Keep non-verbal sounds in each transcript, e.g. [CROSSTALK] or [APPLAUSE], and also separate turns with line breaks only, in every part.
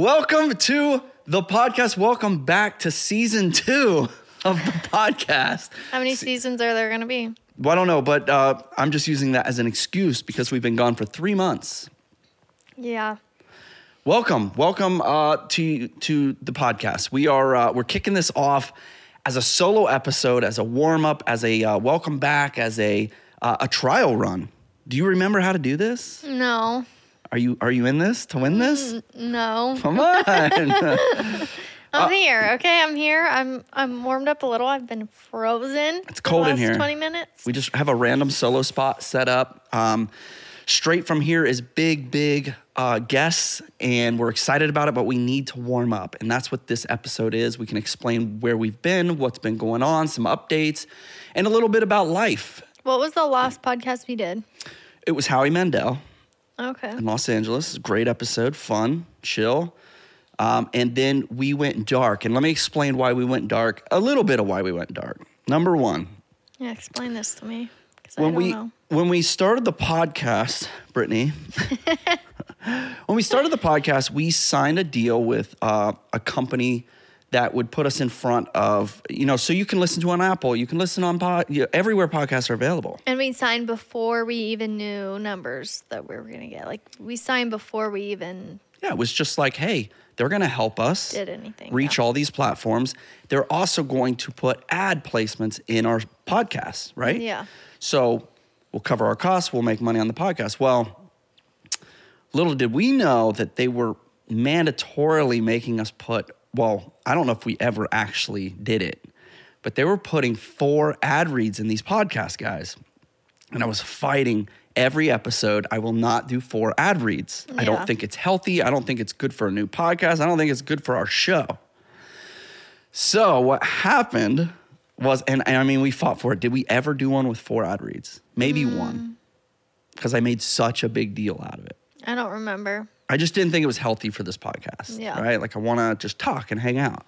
Welcome to the podcast. Welcome back to season two of the podcast.
How many seasons are there going to be?
Well, I don't know, but uh, I'm just using that as an excuse because we've been gone for three months.
Yeah.
Welcome, welcome uh, to to the podcast. We are uh, we're kicking this off as a solo episode, as a warm up, as a uh, welcome back, as a uh, a trial run. Do you remember how to do this?
No.
Are you are you in this to win this?
Mm. No.
Come on. Ah.
I'm here. Okay, I'm here. I'm I'm warmed up a little. I've been frozen. It's
cold in here.
20 minutes.
We just have a random solo spot set up. Um, straight from here is big, big uh, guests, and we're excited about it, but we need to warm up. And that's what this episode is. We can explain where we've been, what's been going on, some updates, and a little bit about life.
What was the last podcast we did?
It was Howie Mandel
Okay.
in Los Angeles. Great episode, fun, chill. Um, and then we went dark. And let me explain why we went dark, a little bit of why we went dark. Number one,
Yeah, explain this to me. 'cause I
when
don't
we
know.
when we started the podcast,
[LAUGHS]
Brittany, when we started the podcast, we signed a deal with uh, a company that would put us in front of you know, so you can listen to on Apple, you can listen on pod, you everywhere podcasts are available.
And we signed before we even knew numbers that we were going to get. Like, we signed before we even
Yeah, it was just like, hey, they're going to help us
did anything.
reach all these platforms. They're also going to put ad placements in our podcasts, right?
Yeah.
So we'll cover our costs, we'll make money on the podcast. Well, little did we know that they were mandatorily making us put, well, I don't know if we ever actually did it, but they were putting four ad reads in these podcast guys. And I was fighting every episode. I will not do four ad reads. I don't
Yeah.
think it's healthy. I don't think it's good for a new podcast. I don't think it's good for our show. So what happened was, and, and I mean, we fought for it. Did we ever do one with four ad reads? Maybe one, because I made such a big deal out of it.
I don't remember.
I just didn't think it was healthy for this podcast.
Yeah.
Right? Like I want to just talk and hang out,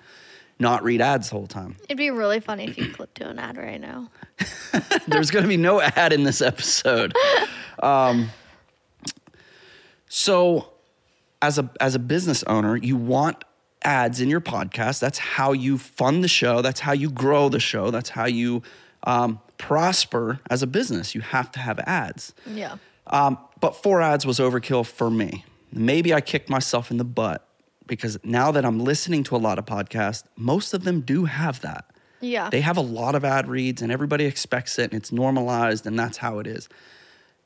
not read ads the whole time. [LAUGHS]
It'd be really funny if
[CLEARS THROAT]
you clipped to an ad right now.
There's going to be no [LAUGHS] ad in this episode. Um, so, as a as a business owner, you want ads in your podcast. That's how you fund the show. That's how you grow the show. That's how you um, prosper as a business. You have to have ads.
Yeah.
Um, but four ads was overkill for me. Maybe I kicked myself in the butt because now that I'm listening to a lot of podcasts, most of them do have that.
Yeah.
They have a lot of ad reads and everybody expects it and it's normalized and that's how it is.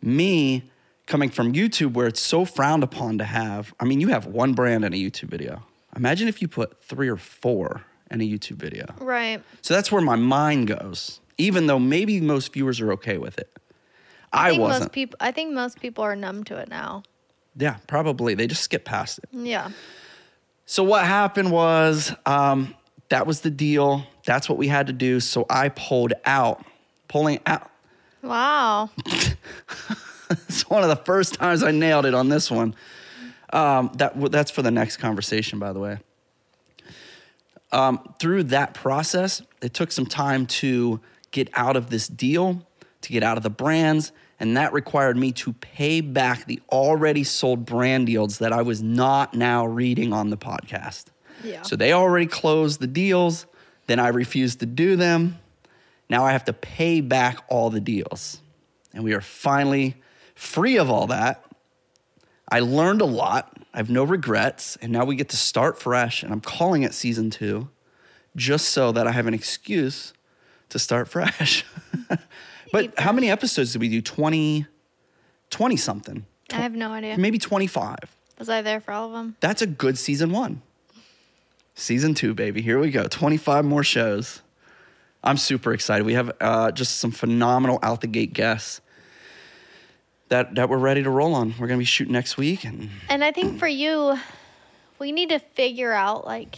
Me coming from YouTube where it's so frowned upon to have, I mean, you have one brand in a YouTube video. Imagine if you put three or four in a YouTube video.
right.
So that's where my mind goes, even though maybe most viewers are okay with it. I,
I think
wasn't.
most people I think most people are numb to it now.
yeah, probably. They just skip past it.
Yeah.
So what happened was um, that was the deal. That's what we had to do. So I pulled out, pulling out. [LAUGHS]
Wow.
It's one of the first times I nailed it on this one. Um, that w- that's for the next conversation, by the way. Um, through that process, it took some time to get out of this deal, to get out of the brands, and that required me to pay back the already sold brand deals that I was not now reading on the podcast.
Yeah.
So they already closed the deals, then I refused to do them. Now I have to pay back all the deals. And we are finally free of all that. I learned a lot. I have no regrets. And now we get to start fresh. And I'm calling it season two just so that I have an excuse to start [LAUGHS] fresh. but how many episodes did we do? 20, 20 something,
I have no idea.
maybe 25.
Was I there for all of them?
That's a good season one. Season two, baby. Here we go. 25 more shows. I'm super excited. We have uh, just some phenomenal out the gate guests that, that we're ready to roll on. We're going to be shooting next week. And
And I think for you, we need to figure out like,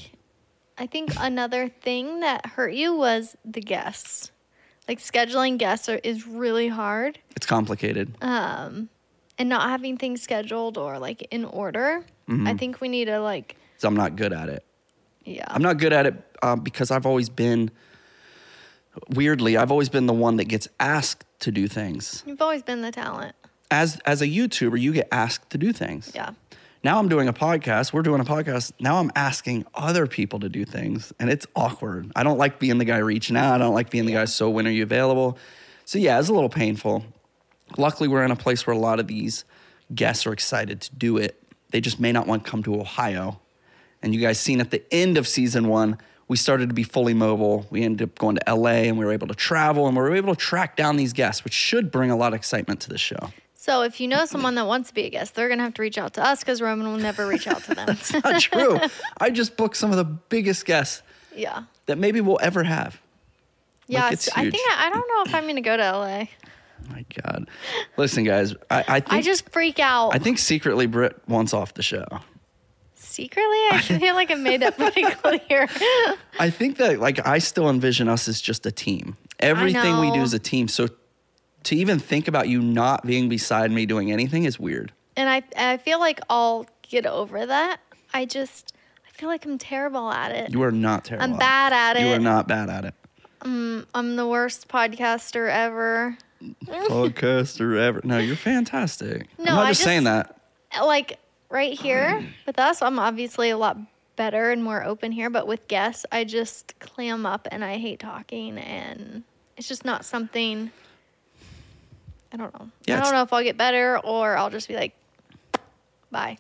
I think another thing that hurt you was the guests. Like scheduling guests are, is really hard,
it's complicated.
and not having things scheduled or like in order. I
Mm-hmm.
think we need to like,
'cause I'm not good at it.
yeah,
I'm not good at it uh, because I've always been, weirdly, I've always been the one that gets asked to do things.
You've always been the talent.
As, as a YouTuber, you get asked to do things.
Yeah,
Now I'm doing a podcast. We're doing a podcast. Now I'm asking other people to do things, and it's awkward. I don't like being the guy reaching out. I don't like being the guy. So when are you available? So yeah, it's a little painful. Luckily, we're in a place where a lot of these guests are excited to do it. They just may not want to come to Ohio. And you guys seen at the end of season one, we started to be fully mobile. We ended up going to LA, and we were able to travel, and we were able to track down these guests, which should bring a lot of excitement to the show.
So if you know someone that wants to be a guest, they're gonna have to reach out to us because Roman will never reach out
[LAUGHS]
to them. [LAUGHS]
Not true. I just booked some of the biggest guests
yeah.
that maybe we'll ever have.
Yeah.
Like, it's
so I think
huge.
I, I don't know if I'm gonna go to LA.
Oh My God, listen, guys. I, I think I,
I just freak out.
think secretly Britt wants off the show.
Secretly,
[LAUGHS]
I feel like I made that pretty [LAUGHS] clear.
I think that like I still envision us as just a team. Everything we do
know.
is a team. So to even think about you not being beside me doing anything is weird.
and I I feel like I'll get over that. I just I feel like I'm terrible at it.
You are not terrible.
I'm bad at
You
it.
are not bad
[LAUGHS]
at it.
I'm the worst podcaster ever.
Podcaster ever. No, you're fantastic.
No,
I'm not
I
just saying
just-
that.
uh, Like right here with us, I'm obviously a lot better and more open here, but with guests, I just clam up and I hate talking and it's just not something I don't know.
Yeah,
I
it's-
don't know if I'll get better or I'll just be like bye.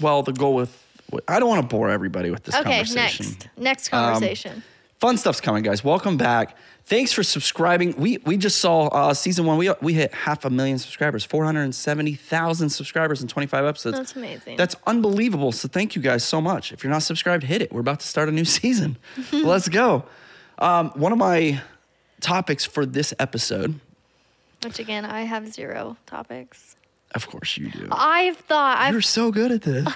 Well, the goal with I don't want to bore everybody with this
Okay,
conversation. Um,
next. Next conversation.
Fun stuff's coming, guys. Welcome back. Thanks for subscribing. We we just saw uh, season one. We we hit half a million subscribers, four hundred and seventy thousand subscribers in twenty five episodes.
That's amazing.
That's unbelievable. So thank you guys so much. If you're not subscribed, hit it. We're about to start a new [LAUGHS]
[LAUGHS]
season. Let's go. Um, one of my topics for this episode,
Which again, I have zero topics.
of course you do.
I've thought
You're
I've
so good at
[LAUGHS]
this.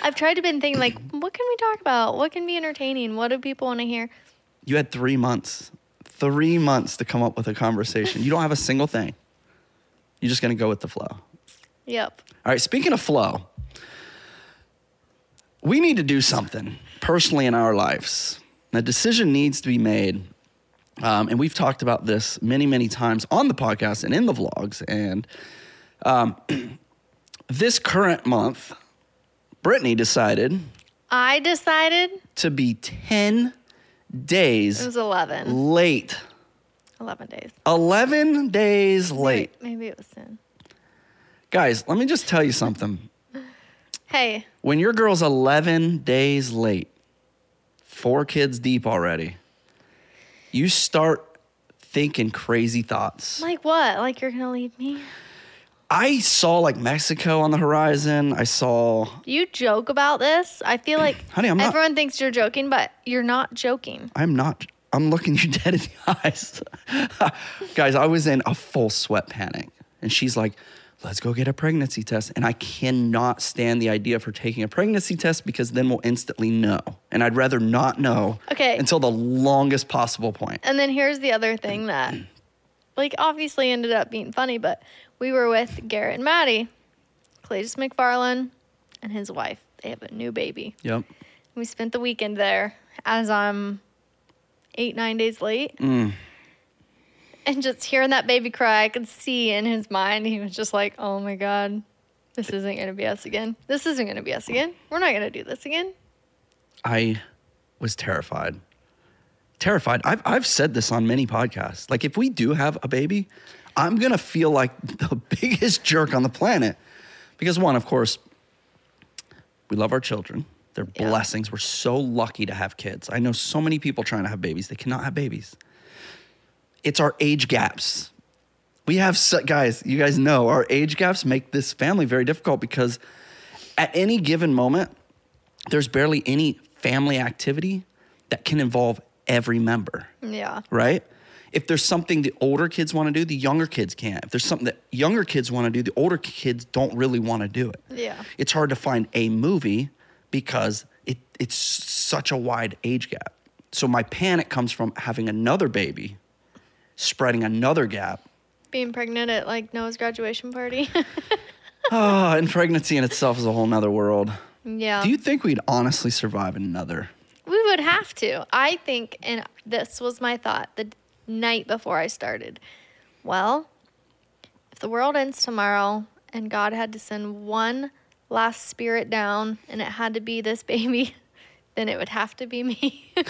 I've tried to been thinking like, what can we talk about? What can be entertaining? What do people want to hear?
you had three months, three months to come up with a conversation. You don't have a single thing. You're just gonna go with the flow.
Yep.
All right, speaking of flow, we need to do something personally in our lives. A decision needs to be made. Um, and we've talked about this many, many times on the podcast and in the vlogs. And um, [CLEARS THROAT] this current month, Brittany decided
I decided
to be 10
it was
days
11.
late,
11 days.
11 days late.
Wait, maybe it was 10.
Guys, let me just tell you something.
Hey,
When your girl's 11 days late, four kids deep already, you start thinking crazy thoughts.
like what? Like you're going to leave me?
I saw like Mexico on the horizon. I saw,
You joke about this? I feel like
[CLEARS THROAT] Honey, I'm not-
everyone thinks you're joking, but you're not joking.
I'm not, I'm looking you [LAUGHS] dead in the eyes. [LAUGHS] Guys, I was in a full sweat panic. And she's like, let's go get a pregnancy test. And I cannot stand the idea of her taking a pregnancy test because then we'll instantly know. And I'd rather not know
Okay.
until the longest possible point.
And then here's the
[CLEARS THROAT]
other thing that, like, obviously ended up being funny, but we were with Garrett and Maddie, Cletus McFarlane, and his wife. They have a new baby.
Yep.
We spent the weekend there as I'm eight, nine days late. And just hearing that baby cry, I could see in his mind, he was just like, oh my God, this isn't going to be us again. This isn't going to be us again. We're not going to do this again.
I was terrified. Terrified. I've, I've said this on many podcasts. Like, if we do have a baby, I'm going to feel like [LAUGHS] the biggest jerk on the planet. Because, one, of course, we love our children. They're
Yeah.
blessings. We're so lucky to have kids. I know so many people trying to have babies, they cannot have babies. It's our age gaps. We have, so, guys, you guys know our age gaps make this family very difficult because at any given moment, there's barely any family activity that can involve every member,
Yeah.
right? If there's something the older kids want to do, the younger kids can't. If there's something that younger kids want to do, the older kids don't really want to do it.
Yeah.
It's hard to find a movie because it, it's such a wide age gap. So my panic comes from having another baby, spreading another gap.
Being pregnant at like Noah's graduation party. [LAUGHS]
Ah, and pregnancy in itself is a whole nother world.
yeah.
Do you think we'd honestly survive another?
We would have to. I think, and this was my thought the night before I started. Well, if the world ends tomorrow and God had to send one last spirit down and it had to be this baby, [LAUGHS] then it would have to be me. [LAUGHS]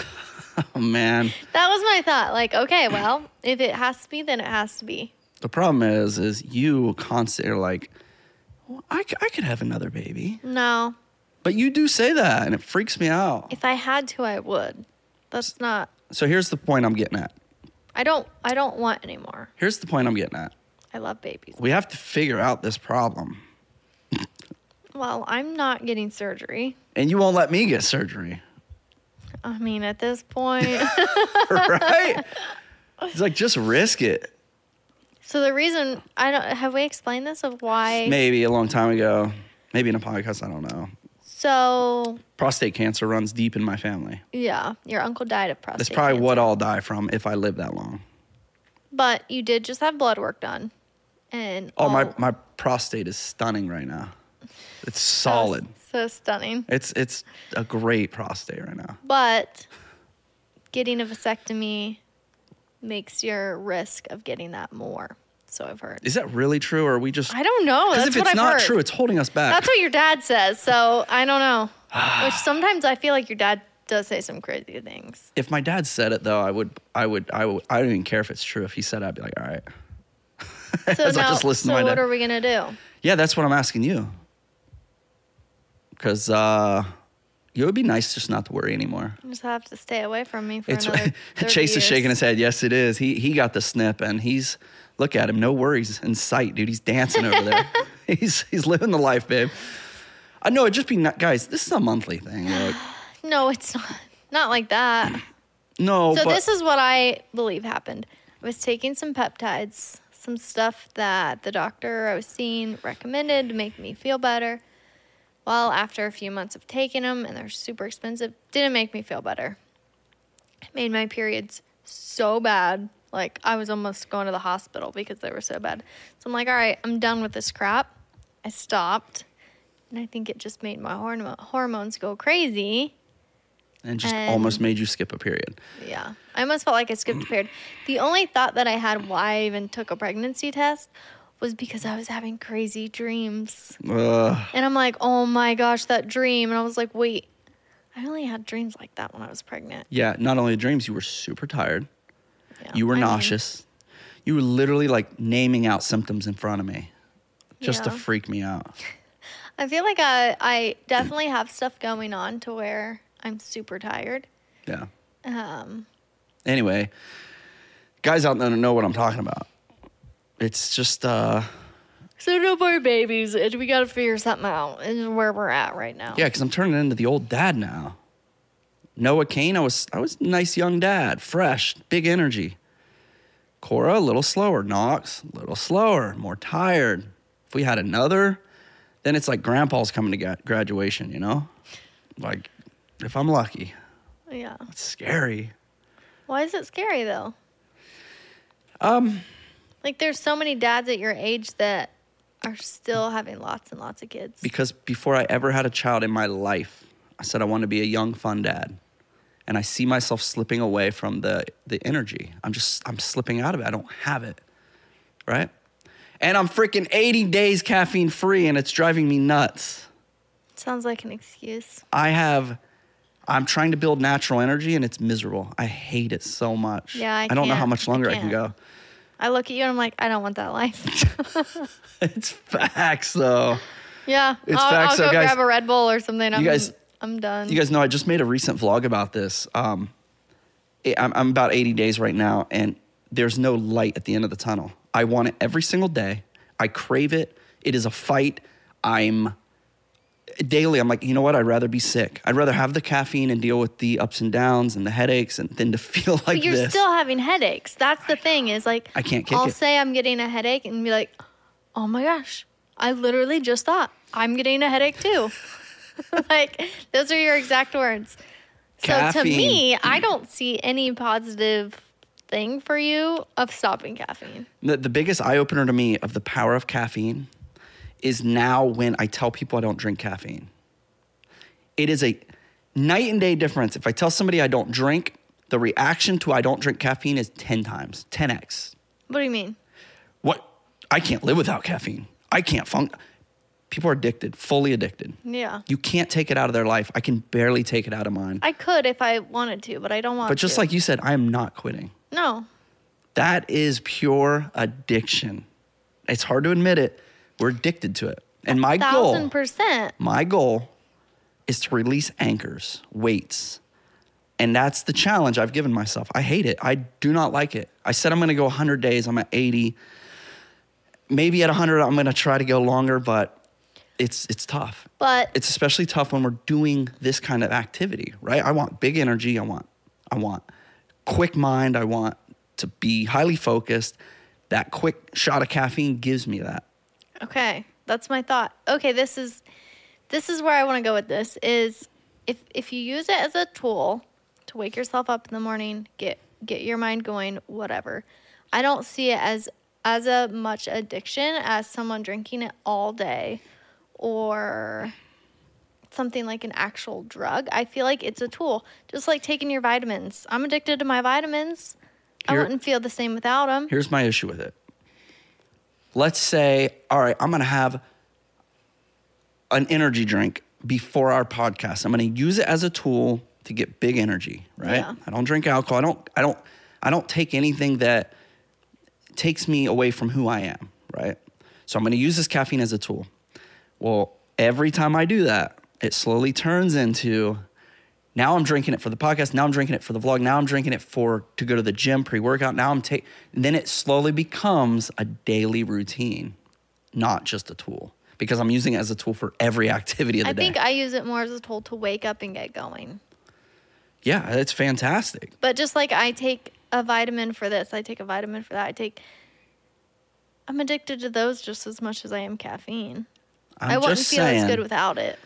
Oh man.
that was my thought. Like, okay, well, if it has to be, then it has to be.
The problem is, is you constantly are like, well, I, c- I could have another baby.
No,
But you do say that, and it freaks me out.
if I had to, I would. That's not.
So here's the point I'm getting at.
I don't. I don't want anymore.
Here's the point I'm getting at.
I love babies.
We have to figure out this problem.
Well, I'm not getting surgery.
And you won't let me get surgery, [LAUGHS]
I mean, at this point. [LAUGHS]
right? It's like, just risk it.
so the reason I don't have we explained this of why.
Maybe a long time ago, maybe in a podcast, I don't know.
So
Prostate cancer runs deep in my family.
yeah, your uncle died of prostate.
That's probably
cancer.
what I'll die from if I live that long.
But you did just have blood work done, and
Oh, my,
all-
my prostate is stunning right now. It's
so-
solid.
So stunning.
It's it's a great prostate right now.
But getting a vasectomy makes your risk of getting that more. So I've heard.
Is that really true, or are we just?
I don't know.
Because
That's
if
what
it's
I've
not
heard.
true, it's holding us back.
That's what your dad says. So I
[SIGHS]
don't know. Which sometimes I feel like your dad does say some crazy things.
if my dad said it though, I would, I would, I would, I don't even care if it's true. If he said, it, I'd be like, all right. [LAUGHS]
So
As I
now,
just listen
so
to my
what
dad.
are we gonna do?
yeah, that's what I'm asking you. Because uh, it would be nice just not to worry anymore.
You just have to stay away from me for
It's [LAUGHS]
another. 30
Chase is
years.
shaking his head. Yes, it is. He he got the snip, and he's look at him. No worries in sight, dude. He's dancing over
[LAUGHS]
there. [LAUGHS] he's he's living the life, babe. I know. It'd just be not, guys. This is a monthly thing. Like,
No, it's not. Not like that.
no,
So
but
this is what I believe happened. I was taking some peptides, some stuff that the doctor I was seeing recommended to make me feel better. Well, after a few months of taking them, and they're super expensive, didn't make me feel better. It made my periods so bad. Like I was almost going to the hospital because they were so bad. So I'm like, all right, I'm done with this crap. I stopped, and I think it just made my hormo- hormones go crazy.
and just
and-
almost made you skip a period.
Yeah. I almost felt like I skipped a period. The only thought that I had why I even took a pregnancy test was because I was having crazy dreams.
Ugh.
And I'm like, oh my gosh, that dream. And I was like, wait, I only had dreams like that when I was pregnant.
Yeah, not only dreams, you were super tired.
Yeah.
You were
I mean,
nauseous. you were literally like naming out symptoms in front of me just to
Yeah.
freak me out.
I feel like I, I definitely have stuff going on to where I'm super tired.
Yeah.
Um,
Anyway, guys out there know what I'm talking about. It's just uh
so no more babies, and we gotta figure something out. Is where we're at right now.
yeah, cuz I'm turning into the old dad now. Noah Kane, I was I was a nice young dad, fresh, big energy. Cora, a little slower. Knox, a little slower, more tired. If we had another, then it's like grandpa's coming to gra- graduation, you know? Like, if I'm lucky,
Yeah.
it's scary.
Why is it scary though? Um,
Um.
like there's so many dads at your age that are still having lots and lots of kids.
Because before I ever had a child in my life, I said I want to be a young, fun dad. And I see myself slipping away from the, the energy. I'm just, I'm slipping out of it. I don't have it. Right? And I'm freaking 80 days caffeine free and it's driving me nuts.
Sounds like an excuse.
I have I'm trying to build natural energy and it's miserable. I hate it so much.
Yeah, I
don't know how
can't.
much
I
longer I, can go. [LAUGHS]
can't. I look at you and I'm like, I don't want that life.
It's facts though.
yeah,
It's
I'll,
facts,
I'll
so
go
guys-
grab a Red Bull or something. I'm,
guys-
I'm done.
You guys know I just made a recent vlog about this. Um it- I'm, I'm about 80 days right now and there's no light at the end of the tunnel. I want it every single day. I crave it. It is a fight. I'm daily i'm like you know what i'd rather be sick i'd rather have the caffeine and deal with the ups and downs and the headaches and than to [LAUGHS] feel like
but you're
this
still having headaches. That's the thing. Is like,
I can't kick
I'll
it.
say I'm getting a headache and be like, oh my gosh, I literally just thought I'm getting a headache too. [LAUGHS] like those are your exact words. So to
Caffeine.
me, I don't see any positive thing for you of stopping caffeine.
The, the biggest eye opener to me of the power of caffeine is now when I tell people I don't drink caffeine. It is a night and day difference. If I tell somebody I don't drink, the reaction to I don't drink caffeine is 10 times, 10x.
What do you mean?
What? I can't live without caffeine. I can't function. People are addicted, fully addicted.
Yeah.
You can't take it out of their life. I can barely take it out of mine.
I could if I wanted to, but I don't want to.
But just like you said, I am not quitting.
No.
That is pure addiction. It's hard to admit it. We're addicted to it. And my goal,
Thousand percent.
my goal is to release anchors, weights. And that's the challenge I've given myself. I hate it. I do not like it. I said I'm going to go 100 days. I'm at 80. Maybe at 100 I'm going to try to go longer, but it's it's tough.
But
It's especially tough when we're doing this kind of activity, right? I want big energy. I want I want quick mind. I want to be highly focused. That quick shot of caffeine gives me that.
Okay, that's my thought. Okay, this is this is where I want to go with this is if if you use it as a tool to wake yourself up in the morning, get get your mind going, whatever. I don't see it as as a much addiction as someone drinking it all day or something like an actual drug. I feel like it's a tool, just like taking your vitamins. I'm addicted to my vitamins. I
Here-
wouldn't feel the same without them.
Here's my issue with it. Let's say, all right, I'm going to have an energy drink before our podcast. I'm going to use it as a tool to get big energy, right?
Yeah.
I don't drink alcohol. I don't I don't I don't take anything that takes me away from who I am, right? So I'm going to use this caffeine as a tool. Well, every time I do that, it slowly turns into now I'm drinking it for the podcast, now I'm drinking it for the vlog, now I'm drinking it for to go to the gym pre-workout, now I'm taking then it slowly becomes a daily routine, not just a tool. Because I'm using it as a tool for every [LAUGHS] activity of the
I
day.
think I use it more as a tool to wake up and get going.
yeah, it's fantastic.
But just like I take a vitamin for this, I take a vitamin for that. I take. I'm addicted to those just as much as I am caffeine.
I'm
I wouldn't
just
feel
saying,
as good without it.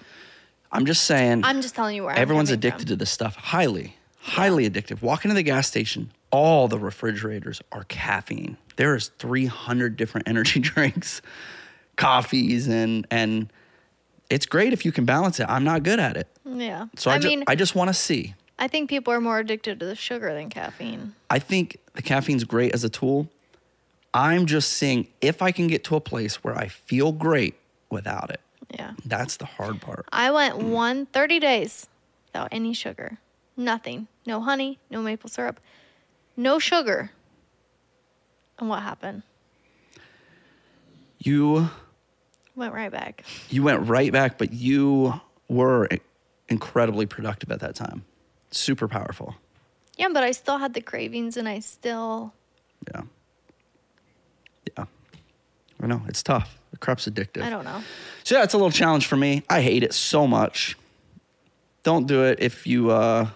I'm just saying.
I'm just telling you where
Everyone's
I'm
addicted to this stuff. Highly, highly addictive. Walk into the gas station, all the refrigerators are caffeine. There is 300 different [LAUGHS] energy drinks, coffees, and and it's great if you can balance it. I'm not good at it,
To- yeah.
so I,
I,
ju-
mean,
I just want to see.
I think people are more addicted to the sugar than caffeine.
I think the caffeine's great as a tool. I'm just seeing if I can get to a place where I feel great without it.
Yeah.
That's the hard part.
I went one thirty days without any sugar, nothing, no honey, no maple syrup, no sugar. And what happened?
You
Went right back.
you went right back, but you were i- incredibly productive at that time. Super powerful.
Yeah, but I still had the cravings, and I still
Yeah. Yeah. I know. It's tough. The crap's addictive.
I don't know.
So yeah, it's a little challenge for me. I hate it so much. Don't do it if you uh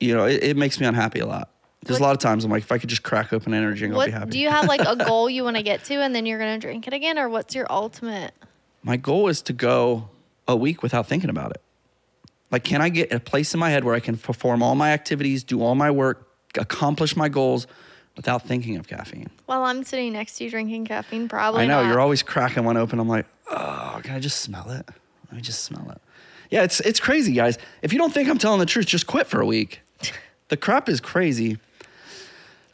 you know, it, it makes me unhappy a lot. There's a
What-
lot of times I'm like, if I could just crack open energy and I'll be happy.
do you have like
[LAUGHS]
a goal you want to get to and then you're going to drink it again or what's your ultimate
my goal is to go a week without thinking about it. Like, can I get a place in my head where I can perform all my activities, do all my work, accomplish my goals without thinking of caffeine?
well i'm sitting next to you drinking caffeine probably
I know
not.
you're always cracking one open. I'm like, oh, can I just smell it? Let me just smell it. Yeah, it's it's crazy, guys. If you don't think I'm telling the truth, just quit for a week. The crap is crazy.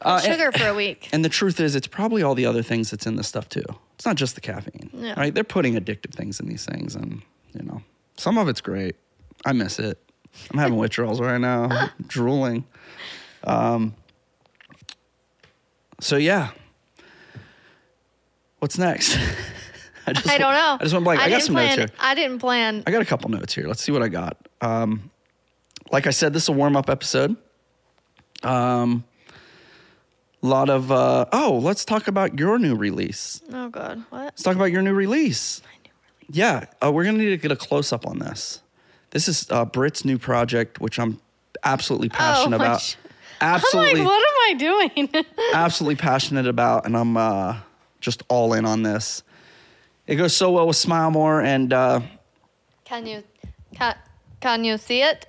Uh, and-
sugar for a week
[LAUGHS] and the truth is, it's probably all the other things that's in this stuff too. It's not just the caffeine,
Yeah.
right? They're putting addictive things in these things, and you know, some of it's great. I miss it. I'm
[LAUGHS]
having withdrawals right now, I'm drooling. Um, so yeah, what's next? [LAUGHS] I, just,
i don't know
I just went blank. I, got
didn't
some
plan,
notes here.
i didn't plan
I got a couple notes here. Let's see what I got. Um, like I said, this is a warm up episode. Um, lot of uh, oh, let's talk about your new release.
oh god what [LAUGHS]
Let's talk about your new release. Yeah, uh, we're gonna need to get a close up on this. This is uh, Brit's new project, which I'm absolutely passionate
Oh my
about.
sh- i'm
Absolutely,
like what am i doing [LAUGHS]
absolutely passionate about, and I'm uh, just all in on this. It goes so well with Smile More, and uh,
can you can, can you see it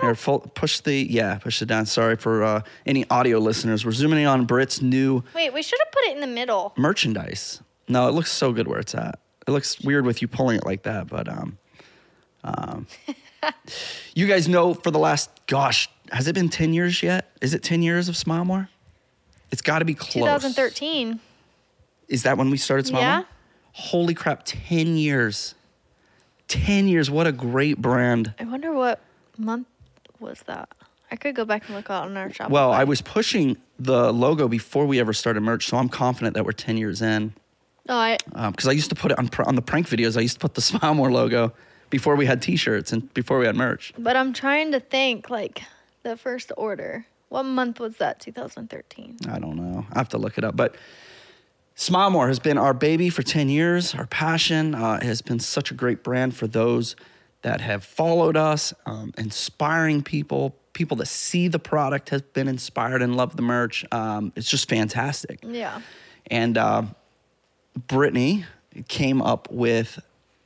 Here, full, push the yeah, push it down. Sorry for uh, any audio listeners. We're zooming in on Brit's new
wait we should have put it in the middle
merchandise. No, it looks so good where it's at. It looks weird with you pulling it like that, but um, um, you guys know for the last gosh, has it been ten years yet? Is it ten years of Smile More? It's got to be close.
2013
Is that when we started Smile
Yeah.
More? Holy crap, 10 years. 10 years. What a great brand.
I wonder what month was that. I could go back and look out on our shop.
Well, I was pushing the logo before we ever started merch, so I'm confident that we're 10 years in.
no, Oh, I
Because I used to put it on, pr- on the prank videos, I used to put the [LAUGHS] Smile More logo before we had t shirts and before we had merch.
but I'm trying to think like the first order. What month was that? 2013.
I don't know. I have to look it up. But Smile More has been our baby for 10 years, our passion. Uh, it has been such a great brand for those that have followed us, um, inspiring people. People that see the product have been inspired and love the merch. Um, it's just fantastic.
Yeah.
And uh, Brittany came up with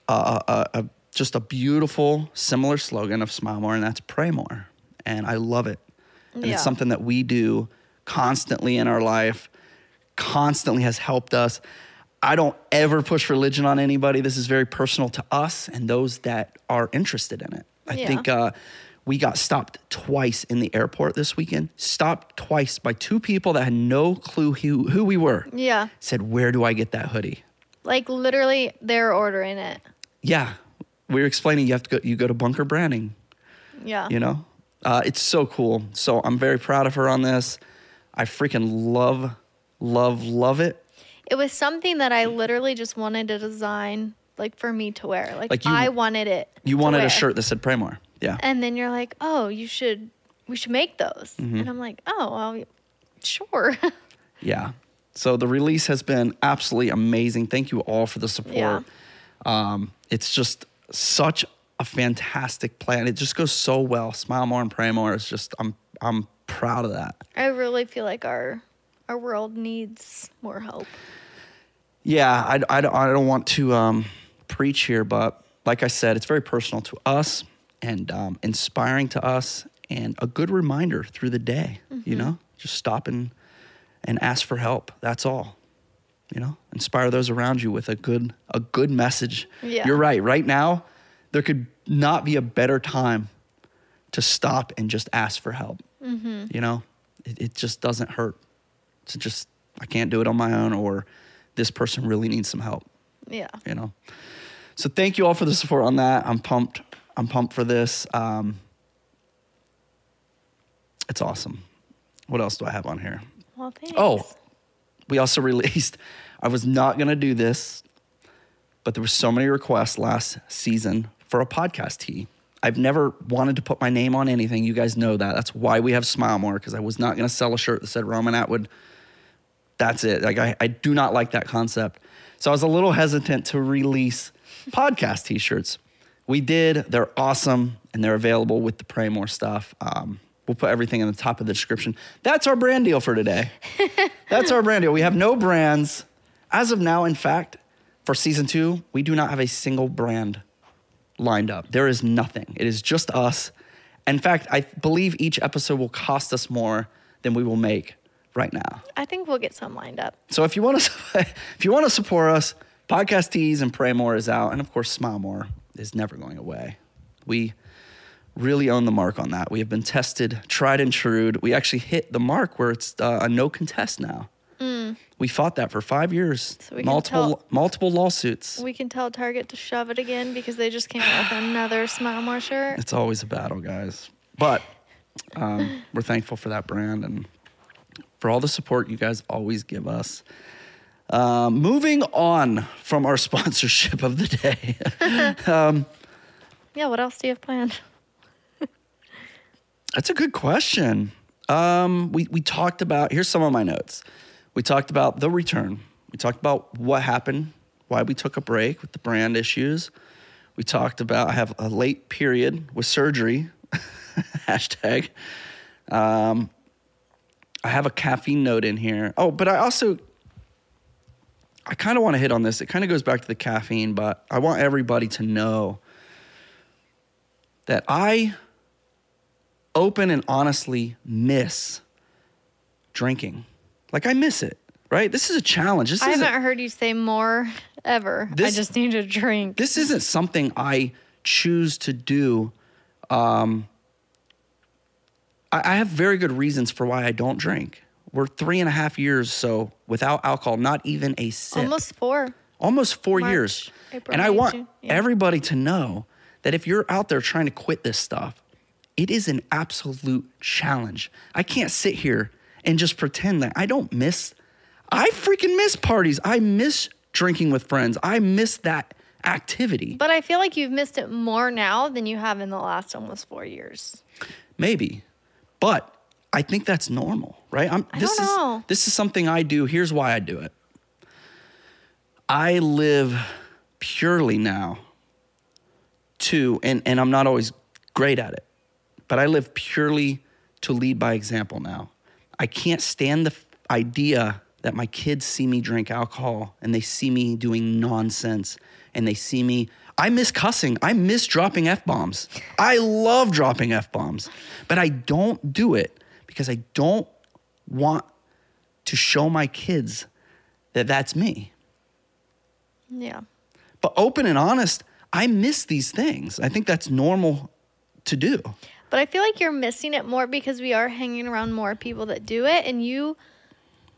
a, a, a, just a beautiful, similar slogan of Smile More, and that's Pray More. And I love it. And
Yeah.
it's something that we do constantly in our life, constantly has helped us. I don't ever push religion on anybody. This is very personal to us and those that are interested in it. I
Yeah.
think uh, we got stopped twice in the airport this weekend, stopped twice by two people that had no clue who, who we were
Yeah.
said, Where do I get that hoodie?
Like literally they're ordering it.
Yeah. We were explaining you have to go, you go to bunker branding,
Yeah.
you know? Uh, it's so cool. So I'm very proud of her on this. I freaking love, love, love it.
It was something that I literally just wanted to design like for me to wear. Like,
Like you-
I wanted it.
You
to
wanted
wear.
a shirt that said Primor. Yeah.
And then you're like, "Oh, you should we should make those."
Mm-hmm.
And I'm like, "Oh, well, sure." [LAUGHS]
Yeah. So the release has been absolutely amazing. Thank you all for the support.
Yeah.
Um, it's just such a fantastic plan. It just goes so well. Smile more and pray more. It's just I'm I'm proud of that.
I really feel like our our world needs more hope.
yeah, I, I, don't- I don't want to um, preach here, but like I said, it's very personal to us and um, inspiring to us and a good reminder through the day, you know? Just stop and, and ask for help. That's all. You know, inspire those around you with a good a good message.
Yeah.
You're right. Right now, there could not be a better time to stop and just ask for help. You know, it, it just doesn't hurt to just I can't do it on my own or this person really needs some help,
Yeah.
you know. So thank you all for the support on that. I'm pumped. I'm pumped for this. Um, it's awesome. What else do I have on here?
Well, thanks.
Oh, we also [LAUGHS] released. I was not gonna do this, but there were so many requests last season for a podcast tee. I've never wanted to put my name on anything. You guys know that. That's why we have Smile More because I was not gonna sell a shirt that said Roman Atwood. That's it. Like I, I do not like that concept. So I was a little hesitant to release [LAUGHS] podcast t-shirts. We did. They're awesome and they're available with the Pray More stuff. Um, we'll put everything in the top of the description. That's our brand deal for today. That's our brand deal. We have no brands. As of now, in fact, for season two, we do not have a single brand lined up. There is nothing. It is just us. In fact, I believe each episode will cost us more than we will make right now.
I think we'll get some lined up.
So if you want to, [LAUGHS] if you want to support us, podcast tees and pray more is out, and of course, smile more is never going away. We really own the mark on that. We have been tested, tried and true. We actually hit the mark where it's uh, a no contest now. We fought that for five years,
Mm. So we can
multiple
tell-
multiple lawsuits.
We can tell Target to shove it again because they just came out with another Smile
[LAUGHS]
More shirt.
It's always a battle, guys. But um, we're thankful for that brand and for all the support you guys always give us. Um, moving on from our [LAUGHS] sponsorship of the day, [LAUGHS]
Yeah, what else do you have planned?
that's a good question. Um, we we talked about here's some of my notes. We talked about the return. We talked about what happened, why we took a break with the brand issues. We talked about I have a late period with surgery. [LAUGHS] hashtag. I have a caffeine note in here. Oh, but I also I kind of want to hit on this. It kind of goes back to the caffeine, but I want everybody to know that I open and honestly miss drinking. Like I miss it, right? This is a challenge. This
I
isn't
haven't heard you say more ever.
This-
I just need a drink.
this isn't something I choose to do. Um, I, I have very good reasons for why I don't drink. We're three and a half years so without alcohol, not even a sip.
Almost four.
almost four
March,
years.
April,
and I
May,
want
June, yeah.
everybody to know that if you're out there trying to quit this stuff, it is an absolute challenge. I can't sit here and just pretend that I don't miss. I freaking miss parties. I miss drinking with friends. I miss that activity.
But I feel like you've missed it more now than you have in the last almost four years.
maybe but i think that's normal right i'm
I
this
don't
is
know.
this is something i do here's why i do it i live purely now to and and i'm not always great at it but i live purely to lead by example now i can't stand the f- idea that my kids see me drink alcohol and they see me doing nonsense and they see me i miss cussing i miss dropping f-bombs i love dropping f-bombs but i don't do it because i don't want to show my kids that that's me
Yeah.
but open and honest, I miss these things. I think that's normal to do.
But I feel like you're missing it more because we are hanging around more people that do it. And you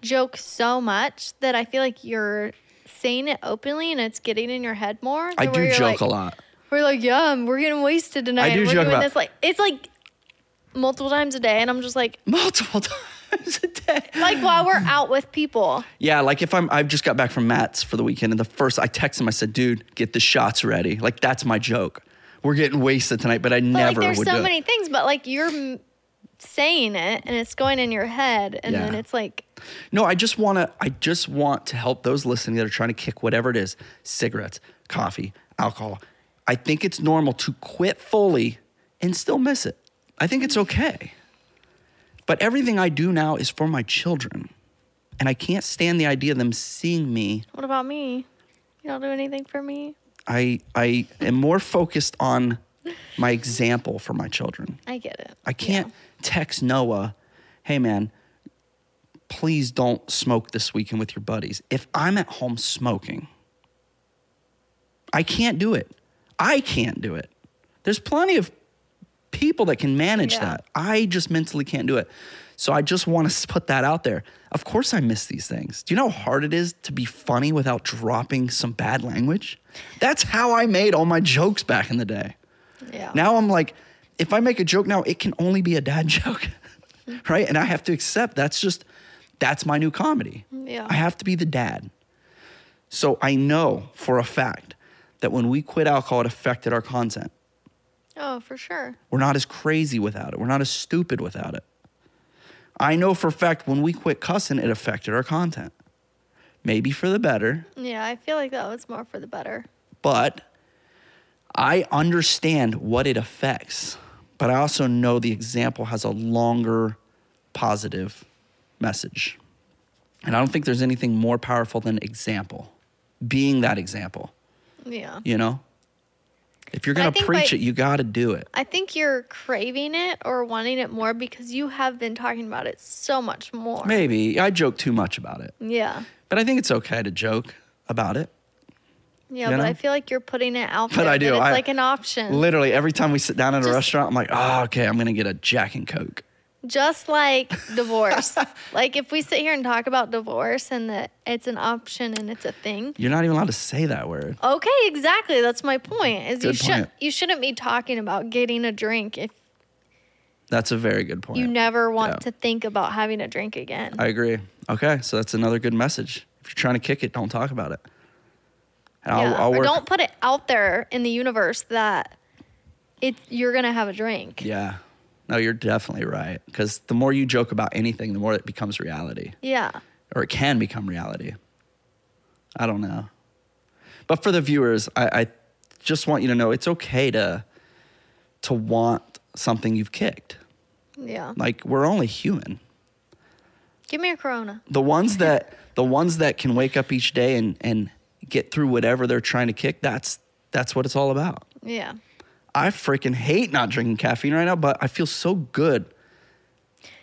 joke so much that I feel like you're saying it openly and it's getting in your head more.
I
to where
do
you're
joke
like,
a lot.
We're like, yeah, we're getting wasted tonight.
do
we're
joke
doing
about-
this like it's like multiple times a day, and I'm just like,
Multiple [LAUGHS] times a day.
like while we're out with people.
Yeah, like if I'm I've just got back from Matt's for the weekend and the first I text him, I said, dude, get the shots ready. Like that's my joke. We're getting wasted tonight, but I
But
never
like there's
would
so
do it.
many things, but like you're m- saying it and it's going in your head, and then
Yeah.
it's like,
No, I just want to. I just want to help those listening that are trying to kick whatever it is: cigarettes, coffee, alcohol. I think it's normal to quit fully and still miss it. I think it's okay. But everything I do now is for my children, and I can't stand the idea of them seeing me.
what about me? You don't do anything for me.
I I am more focused on my example for my children.
I get it.
I can't text Noah, hey man, please don't smoke this weekend with your buddies. If I'm at home smoking, I can't do it. I can't do it. There's plenty of people that can manage
Yeah.
that. I just mentally can't do it. So I just want to put that out there. Of course, I miss these things. Do you know how hard it is to be funny without dropping some bad language? That's how I made all my jokes back in the day.
Yeah.
Now I'm like, if I make a joke now, it can only be a dad [LAUGHS] joke, right? And I have to accept that's just, that's my new comedy.
Yeah.
I have to be the dad. So I know for a fact that when we quit alcohol, it affected our content.
oh, for sure.
We're not as crazy without it. We're not as stupid without it. I know for a fact when we quit cussing, it affected our content. Maybe for the better,
Yeah, I feel like that was more for the better.
but I understand what it affects. But I also know the example has a longer positive message. And I don't think there's anything more powerful than example, being that example,
Yeah.
you know? If you're
But I
going to
think
preach
by-
it, you got to do it.
I think you're craving it or wanting it more because you have been talking about it so much more.
Maybe I joke too much about it,
Yeah.
but I think it's okay to joke about it.
Yeah,
You
but
know?
I feel like you're putting it
[LAUGHS]
out
But
there.
I do.
that It's
I-
like an option.
Literally, every time we sit down at a
Just-
restaurant, I'm like, oh, okay, I'm going to get a Jack and Coke. [LAUGHS]
Just like divorce. like if we sit here and talk about divorce and that it's an option and it's a thing.
You're not even allowed to say that word.
Okay, exactly. That's my point. Is you
Good
should
point.
you shouldn't be talking about getting a drink if
That's a very good point.
you never want
Yeah.
to think about having a drink again.
I agree. Okay, so that's another good message. If you're trying to kick it, don't talk about it. And I'll,
Yeah,
I'll
or
work.
don't put it out there in the universe that it you're gonna have a drink.
[LAUGHS] Yeah. No, you're definitely right. Because the more you joke about anything, the more it becomes reality,
Yeah.
or it can become reality. I don't know. But for the viewers, I, I just want you to know it's okay to to want something you've kicked.
Yeah.
Like we're only human.
Give me a Corona.
the ones that the ones that can wake up each day and and get through whatever they're trying to kick that's that's what it's all about
Yeah.
i freaking hate not drinking caffeine right now but i feel so good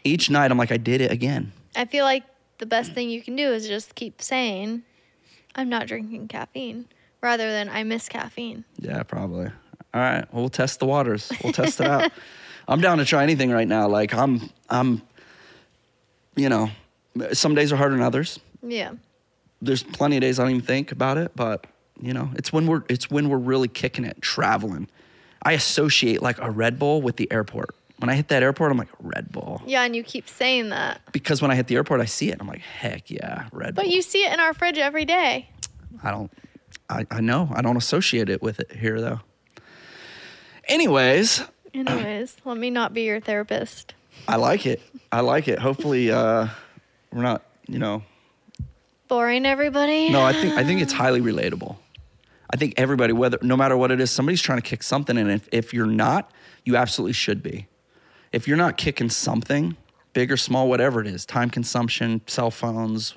each night i'm like i did it again
I feel like the best thing you can do is just keep saying, I'm not drinking caffeine, rather than I miss caffeine.
yeah probably all right well, we'll test the waters we'll test it out [LAUGHS] i'm down to try anything right now like i'm i'm you know some days are harder than others
Yeah.
there's plenty of days I don't even think about it, but you know, it's when we're it's when we're really kicking it, traveling. I associate like a Red Bull with the airport. When I hit that airport, I'm like Red Bull
Yeah, and you keep saying that.
because when I hit the airport, I see it. I'm like, heck yeah, Red
But
Bull.
you see it in our fridge every day.
I don't. I, I know. I don't associate it with it here though. Anyways, [CLEARS THROAT]
Anyways, let me not be your therapist.
I like it. I like it. Hopefully, uh, we're not. You know,
Boring
[LAUGHS]
everybody.
no. I think I think it's highly relatable. I think everybody, whether no matter what it is, somebody's trying to kick something, and if, if you're not, you absolutely should be. If you're not kicking something, big or small, whatever it is, time consumption, cell phones,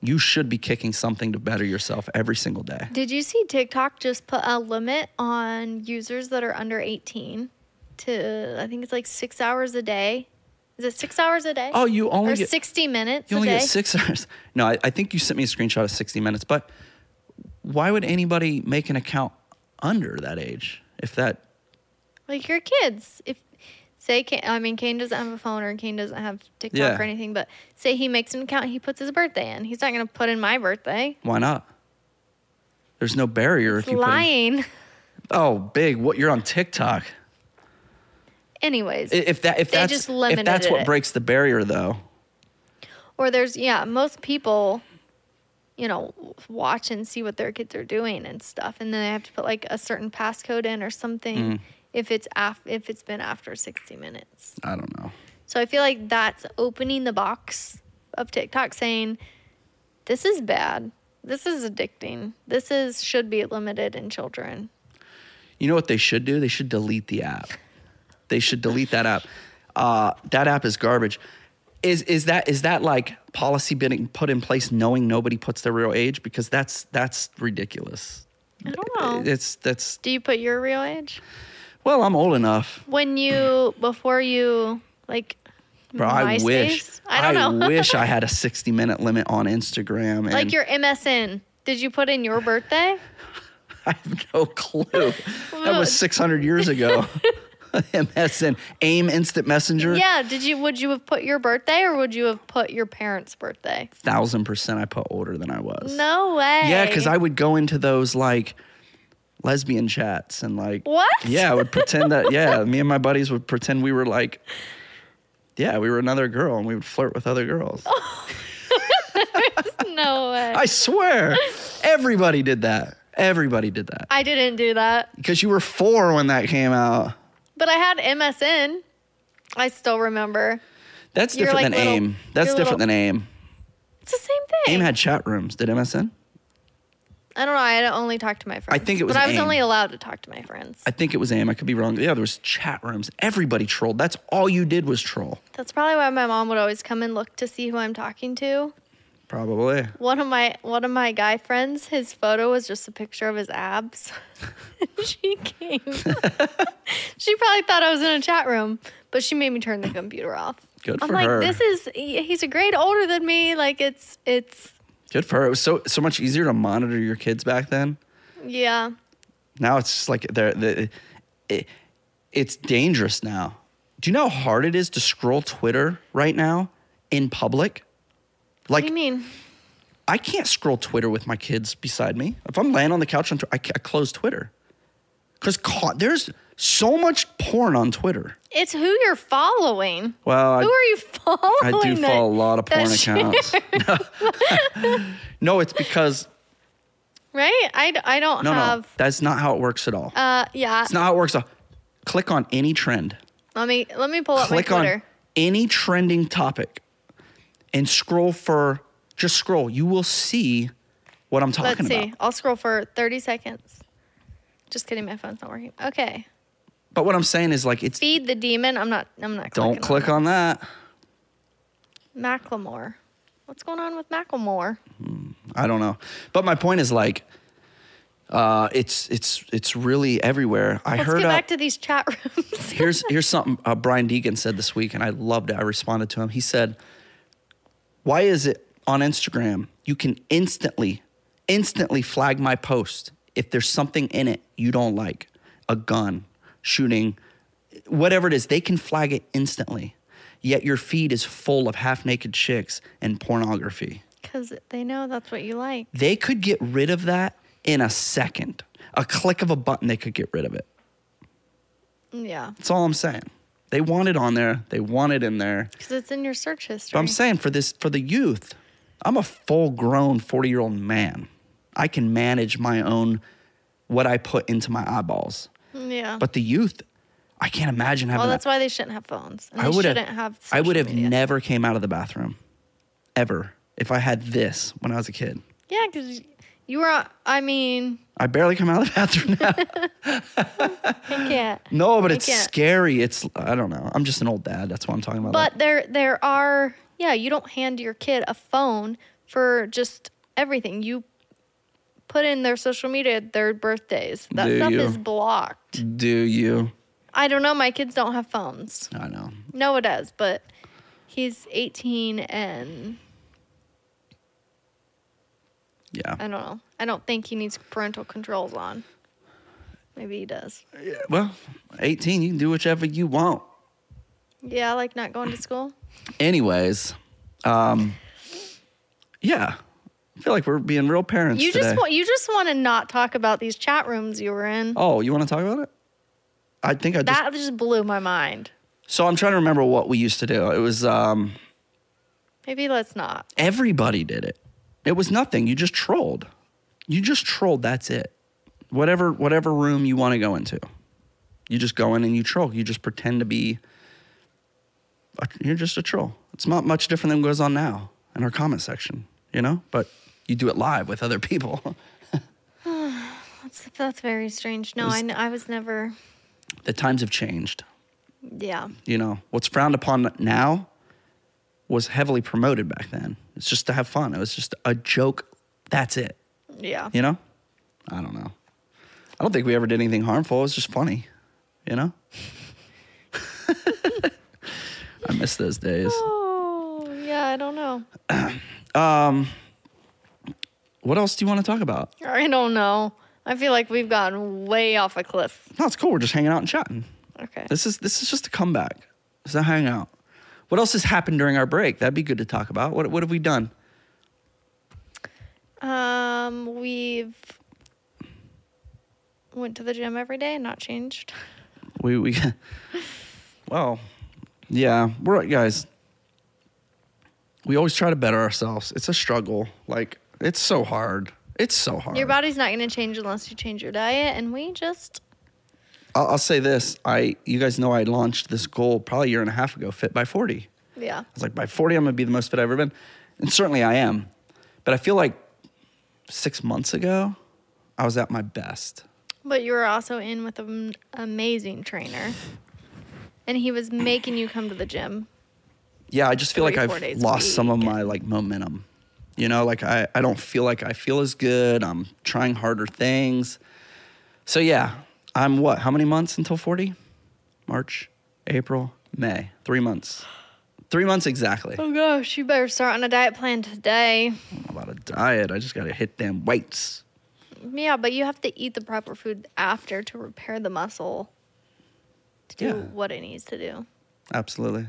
you should be kicking something to better yourself every single day.
[GASPS] Did you see TikTok just put a limit on users that are under 18 to, I think it's like six hours a day? Is it six hours a day?
Oh, you only
or
get
60 minutes
you
a
only
day?
get six hours. [LAUGHS] No, I, I think you sent me a screenshot of 60 minutes, but why would anybody make an account under that age if that
like your kids. If say, Kane, I mean, Kane doesn't have a phone or Kane doesn't have TikTok
Yeah.
or anything, but say he makes an account, he puts his birthday in. He's not going to put in my birthday.
Why not? There's no barrier
It's
if you
lying. [LAUGHS]
put. In, oh, big! What you're on TikTok?
Anyways,
I- If that if
They
that's
just
if that's
limited
what
it.
breaks the barrier though,
or there's yeah, most people, you know, watch and see what their kids are doing and stuff, and then they have to put like a certain passcode in or something. If it's af- if it's been after 60 minutes.
I don't know.
So I feel like that's opening the box of TikTok saying, this is bad. This is addicting. This is should be limited in children.
You know what they should do? They should delete the app. They should delete that app. Uh, that app is garbage. Is is that is that like policy being put in place knowing nobody puts their real age because that's that's ridiculous.
I don't know.
It's that's
Do you put your real age?
well, I'm old enough. [CLEARS THROAT]
When you before you like
Bro, I wish
MySpace? I don't know.
wish
[LAUGHS]
I had a 60 minute limit on Instagram and
like your MSN. Did you put in your birthday?
[LAUGHS] I have no clue. That
Well-
was 600 years
[LAUGHS]
ago. MSN, AIM Instant Messenger.
Yeah, did you would you have put your birthday or would you have put your parents' birthday?
Thousand percent I put older than I was.
No way.
Yeah, because I would go into those like lesbian chats and like.
What?
Yeah, I would pretend that,
[LAUGHS]
yeah, me and my buddies would pretend we were like, yeah, we were another girl and we would flirt with other girls.
Oh. [LAUGHS] No way.
I swear. Everybody did that. Everybody did that.
I didn't do that.
Because you were four when that came out.
But I had MSN. I still remember.
That's
You're,
different
like,
than
little-
AIM. That's
you're
different
little-
than AIM.
It's the same thing.
AIM had chat rooms. Did MSN?
I don't know. I had only talked to my friends.
think it was
But I was
AIM.
only allowed to talk to my friends.
I think it was AIM. I could be wrong. Yeah, there was chat rooms. Everybody trolled. That's all you did was troll.
That's probably why my mom would always come and look to see who I'm talking to.
Probably.
One of my one of my guy friends, his photo was just a picture of his abs. [LAUGHS] she came. [LAUGHS] she probably thought I was in a chat room, but she made me turn the computer off.
Good
I'm
for
like,
her.
this is he- he's a grade older than me. Like it's it's
Good for her. It was so so much easier to monitor your kids back then.
yeah.
Now it's just like they're, they it, it's dangerous now. Do you know how hard it is to scroll Twitter right now in public?
what do
Like
you mean?
I can't scroll Twitter with my kids beside me. If I'm laying on the couch, on Tw- I, ca- I close Twitter because there's so much porn on Twitter.
It's who you're following.
Well, I-
who are you following?
I do
that-
follow a lot of
that
porn
shit,
accounts. [LAUGHS] no, it's because
right? I, d- I don't
no, no,
have.
that's not how it works at all.
Uh, yeah.
It's not how it works. At all. Click on any trend.
let me let me pull up
Click
Oh, my
on
Twitter.
any trending topic, and scroll for just scroll. You will see what I'm talking
Let's see.
about.
I'll scroll for 30 seconds. Just kidding. My phone's not working. Okay.
But what I'm saying is like it's
Feed the demon. I'm not. I'm not.
don't
clicking
click on that.
on that. Macklemore. What's going on with Macklemore?
I don't know. But my point is like uh, it's it's it's really everywhere. I
Let's
heard
get
uh,
back to these chat rooms. [LAUGHS]
here's here's something uh, Brian Deegan said this week, and I loved it. I responded to him. He said, "Why is it on Instagram you can instantly, instantly flag my post if there's something in it you don't like, a gun, shooting, whatever it is? They can flag it instantly. Yet your feed is full of half naked chicks and pornography."
Because they know that's what you like.
They could get rid of that in a second. A click of a button, they could get rid of it.
Yeah.
That's all I'm saying. They want it on there. They want it in there.
Because it's in your search history.
But I'm saying for this, for the youth, I'm a full grown 40 year old man. I can manage my own, what I put into my eyeballs.
yeah.
But the youth, I can't imagine having
well,
that.
that's why they shouldn't have phones. And
I
they
would
shouldn't
have,
have.
I would
social
have
media.
never came out of the bathroom, ever, if I had this when I was a kid.
Yeah, because you were. I mean,
I barely come out of the [LAUGHS] bathroom now.
[LAUGHS] I can't.
no, but
You
it's
can't.
scary. It's I don't know. I'm just an old dad. That's what I'm talking about. Like,
But there, there are. Yeah, you don't hand your kid a phone for just everything. You put in their social media, their birthdays. That
Do
stuff
you?
is blocked.
do you?
I don't know. My kids don't have phones.
I know.
Noah does, but he's 18 and
Yeah.
I don't know. I don't think he needs parental controls on. Maybe he does.
Yeah, Well, 18, you can do whichever you want.
Yeah, like not going to school.
Anyways, um, yeah, I feel like we're being real parents
You
today.
just want you just want to not talk about these chat rooms you were in.
oh, you want to talk about it? I think I just
that just blew my mind.
So I'm trying to remember what we used to do. It was um,
Maybe let's not.
everybody did it. It was nothing. You just trolled. You just trolled. That's it. Whatever whatever room you want to go into, you just go in and you troll. You just pretend to be. a- You're just a troll. It's not much different than what goes on now in our comment section, you know. But you do it live with other people. [LAUGHS]
That's that's very strange. No,
was-
I kn- I was never.
the times have changed.
Yeah,
You know what's frowned upon now was heavily promoted back then. It's just to have fun. It was just a joke. That's it.
yeah.
You know? I don't know. I don't think we ever did anything harmful. It was just funny. You know? [LAUGHS] I miss those days.
Oh yeah, I don't know.
What else do you want to talk about?
I don't know. I feel like we've gotten way off a cliff.
No, it's cool. We're just hanging out and chatting.
Okay.
This is this is just a comeback. It's a hangout. What else has happened during our break? That'd be good to talk about. What what have we done?
Um, we've went to the gym every day and not changed.
We we [LAUGHS] Well, yeah, we're guys. We always try to better ourselves. It's a struggle. Like it's so hard. It's so hard.
Your body's not going to change unless you change your diet, and we just
I'll, I'll say this: I, you guys know, I launched this goal probably a year and a half ago, fit by forty.
yeah.
I was like, by forty, I'm gonna be the most fit I've ever been, and certainly I am. But I feel like six months ago, I was at my best.
But you were also in with an amazing trainer, and he was making you come to the gym.
Yeah, I just feel like
Three, four
I've
days a
lost some of
week
my like momentum. You know, like I, I don't feel like I feel as good. I'm trying harder things. So yeah, I'm what? How many months until forty? March, April, May. Three months. Three months exactly.
Oh gosh, you better start on a diet plan today.
about a diet. I just gotta hit them weights.
Yeah, but you have to eat the proper food after to repair the muscle to do
Yeah.
what it needs to do.
Absolutely.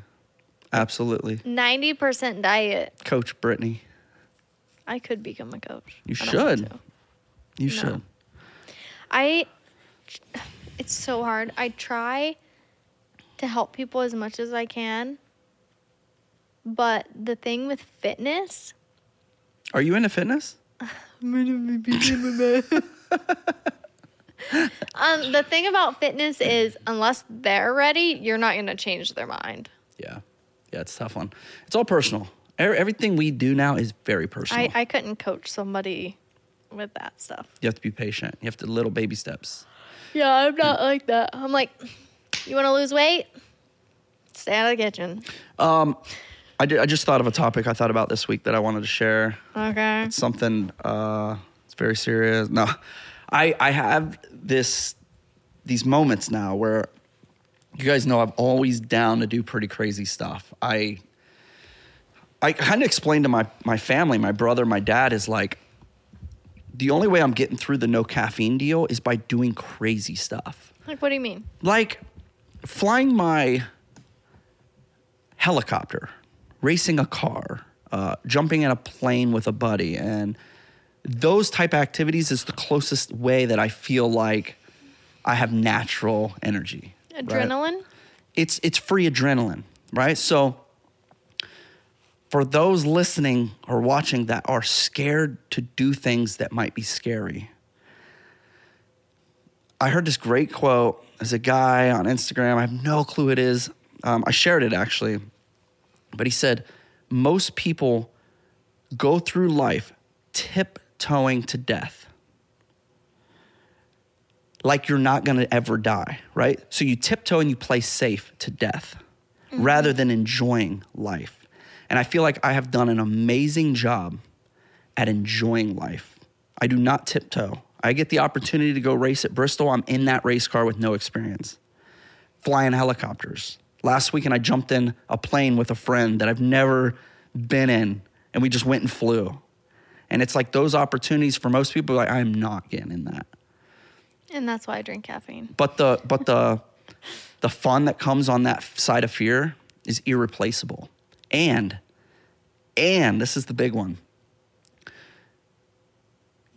Absolutely.
Ninety percent diet.
Coach Brittany,
I could become a coach.
You
I don't want
should.
to.
you should.
I it's so hard. I try to help people as much as I can. But the thing with
[LAUGHS]
fitness,
Are you into
[LAUGHS]
fitness?
um the thing about fitness is unless they're ready, you're not going to change their mind.
Yeah. Yeah, it's a tough one. It's all personal. E- Everything we do now is very personal.
I I couldn't coach somebody with that stuff.
you have to be patient. You have to little baby steps.
Yeah, I'm not like that. I'm like you want to lose weight? Stay out of the kitchen.
I, did, I just thought of a topic I thought about this week that I wanted to share.
Okay.
something uh it's very serious no i i have this these moments now where you guys know i'm always down to do pretty crazy stuff i i kind of explained to my my family my brother my dad is like the only way i'm getting through the no caffeine deal is by doing crazy stuff
Like what do you mean?
like flying my helicopter, racing a car, uh, jumping in a plane with a buddy, and those type of activities is the closest way that I feel like I have natural energy. right?
Adrenaline?
It's it's free adrenaline, right? So for those listening or watching that are scared to do things that might be scary. I heard this great quote as a guy on Instagram. I have no clue who it is. Um, I shared it actually, but he said most people go through life tiptoeing to death, like you're not going to ever die, right? So you tiptoe and you play safe to death, rather than enjoying life. And I feel like I have done an amazing job at enjoying life. I do not tiptoe. I get the opportunity to go race at Bristol. I'm in that race car with no experience, flying helicopters. Last weekend, I jumped in a plane with a friend that I've never been in, and we just went and flew. And it's like those opportunities for most people, like, I am not getting in that
And that's why I drink caffeine.
but the but the the fun that comes on that side of fear is irreplaceable and and this is the big one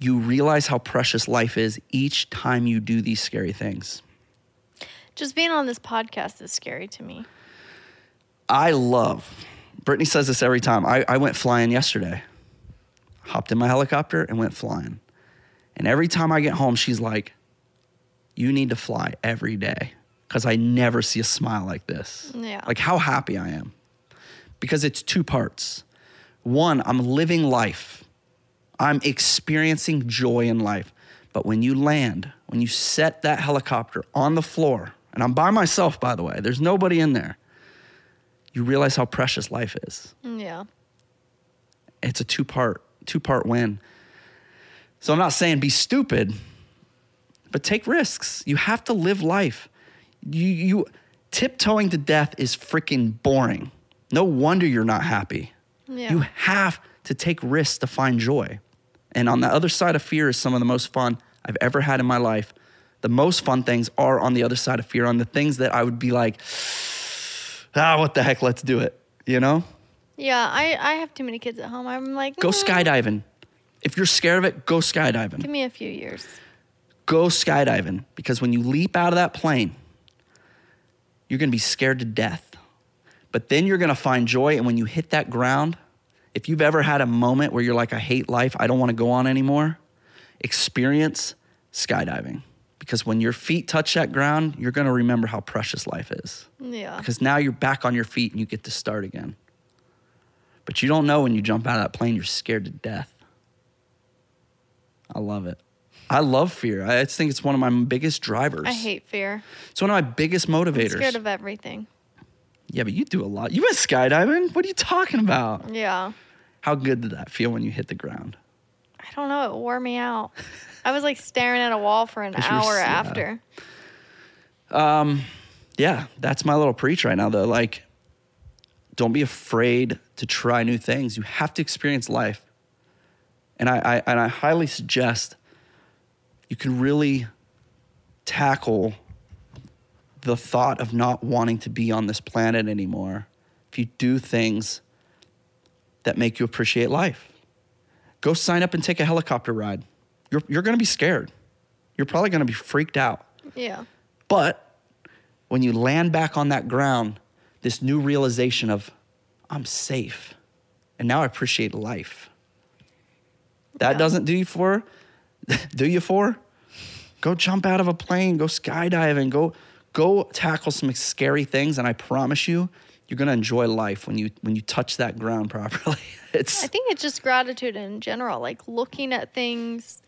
you realize how precious life is each time you do these scary things
Just being on this podcast is scary to me.
i love brittany says this every time I, I went flying yesterday hopped in my helicopter and went flying and every time i get home she's like you need to fly every day because i never see a smile like this
Yeah.
like how happy I am. Because it's two parts. One, I'm living life. I'm experiencing joy in life. But when you land, when you set that helicopter on the floor, and I'm by myself, by the way, there's nobody in there, you realize how precious life is.
Yeah.
It's a two part, two part win. So I'm not saying be stupid, but take risks. You have to live life. You, you tiptoeing to death is freaking boring. No wonder you're not happy.
Yeah.
You have to take risks to find joy. And on the other side of fear is some of the most fun I've ever had in my life. The most fun things are on the other side of fear, on the things that I would be like, ah, what the heck, let's do it. You know?
Yeah. I, I have too many kids at home. I'm like,
Go
"Mm,
skydiving. If you're scared of it, go skydiving.
Give me a few years.
go skydiving because when you leap out of that plane, you're going to be scared to death. But then you're going to find joy. And when you hit that ground, if you've ever had a moment where you're like, I hate life, I don't want to go on anymore, experience skydiving. Because when your feet touch that ground, you're going to remember how precious life is.
Yeah.
Because now you're back on your feet and you get to start again. But you don't know when you jump out of that plane, you're scared to death. I love it. I love fear. I just think it's one of my biggest drivers.
I hate fear.
It's one of my biggest
I'm
motivators.
scared of everything.
yeah, but you do a lot. You went skydiving. What are you talking about?
Yeah.
How good did that feel when you hit the ground?
I don't know. It wore me out. I was like staring at a wall for [LAUGHS] an
'Cause you were
hour
s- yeah.
after.
yeah, that's my little preach right now. Though, like, don't be afraid to try new things. You have to experience life, and I, I and I highly suggest you can really tackle the thought of not wanting to be on this planet anymore if you do things that make you appreciate life. Go sign up and take a helicopter ride. You're you're gonna be scared. You're probably gonna be freaked out.
Yeah.
But when you land back on that ground, this new realization of I'm safe. And now I appreciate life. That
Yeah.
doesn't do you for [LAUGHS] do you for? Go jump out of a plane, go skydiving, go go tackle some scary things and I promise you you're going to enjoy life when you when you touch that ground [LAUGHS] properly. it's
I think it's just gratitude in general, like looking at things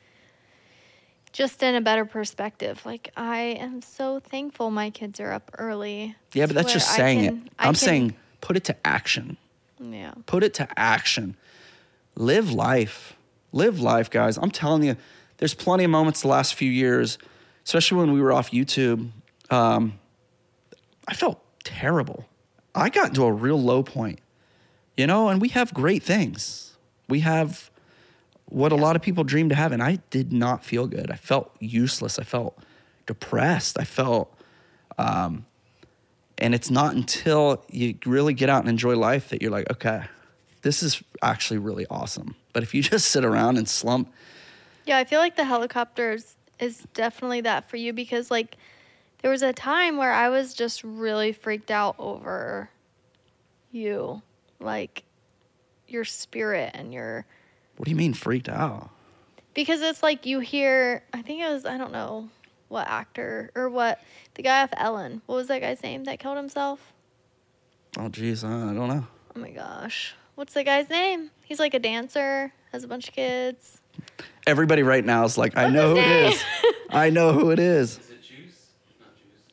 just in a better perspective. Like I am so thankful my kids are up early.
yeah, but that's
where
just
I
saying
can-
it.
I
I'm
can-
saying put it to action.
yeah.
put it to action. Live life. Live life, guys. I'm telling you, there's plenty of moments the last few years, especially when we were off YouTube. Um, I felt terrible. I got into a real low point, you know, and we have great things. We have what a lot of people dream to have. And I did not feel good. I felt useless. I felt depressed. I felt, um, and it's not until you really get out and enjoy life that you're like, okay, This is actually really awesome. But if you [LAUGHS] just sit around and slump,
Yeah, I feel like the helicopters is definitely that for you because like there was a time where I was just really freaked out over you, like your spirit and your
what do you mean freaked out?
because it's like you hear I think it was I don't know what actor or what the guy off Ellen. What was that guy's name that killed himself?
Oh, geez, uh, I don't know.
Oh my gosh. What's that guy's name? He's like a dancer, has a bunch of kids.
Everybody right now is like, I know who
his
it
name?
is. [LAUGHS]
[LAUGHS]
I know who it is.
Is it juice? Not juice.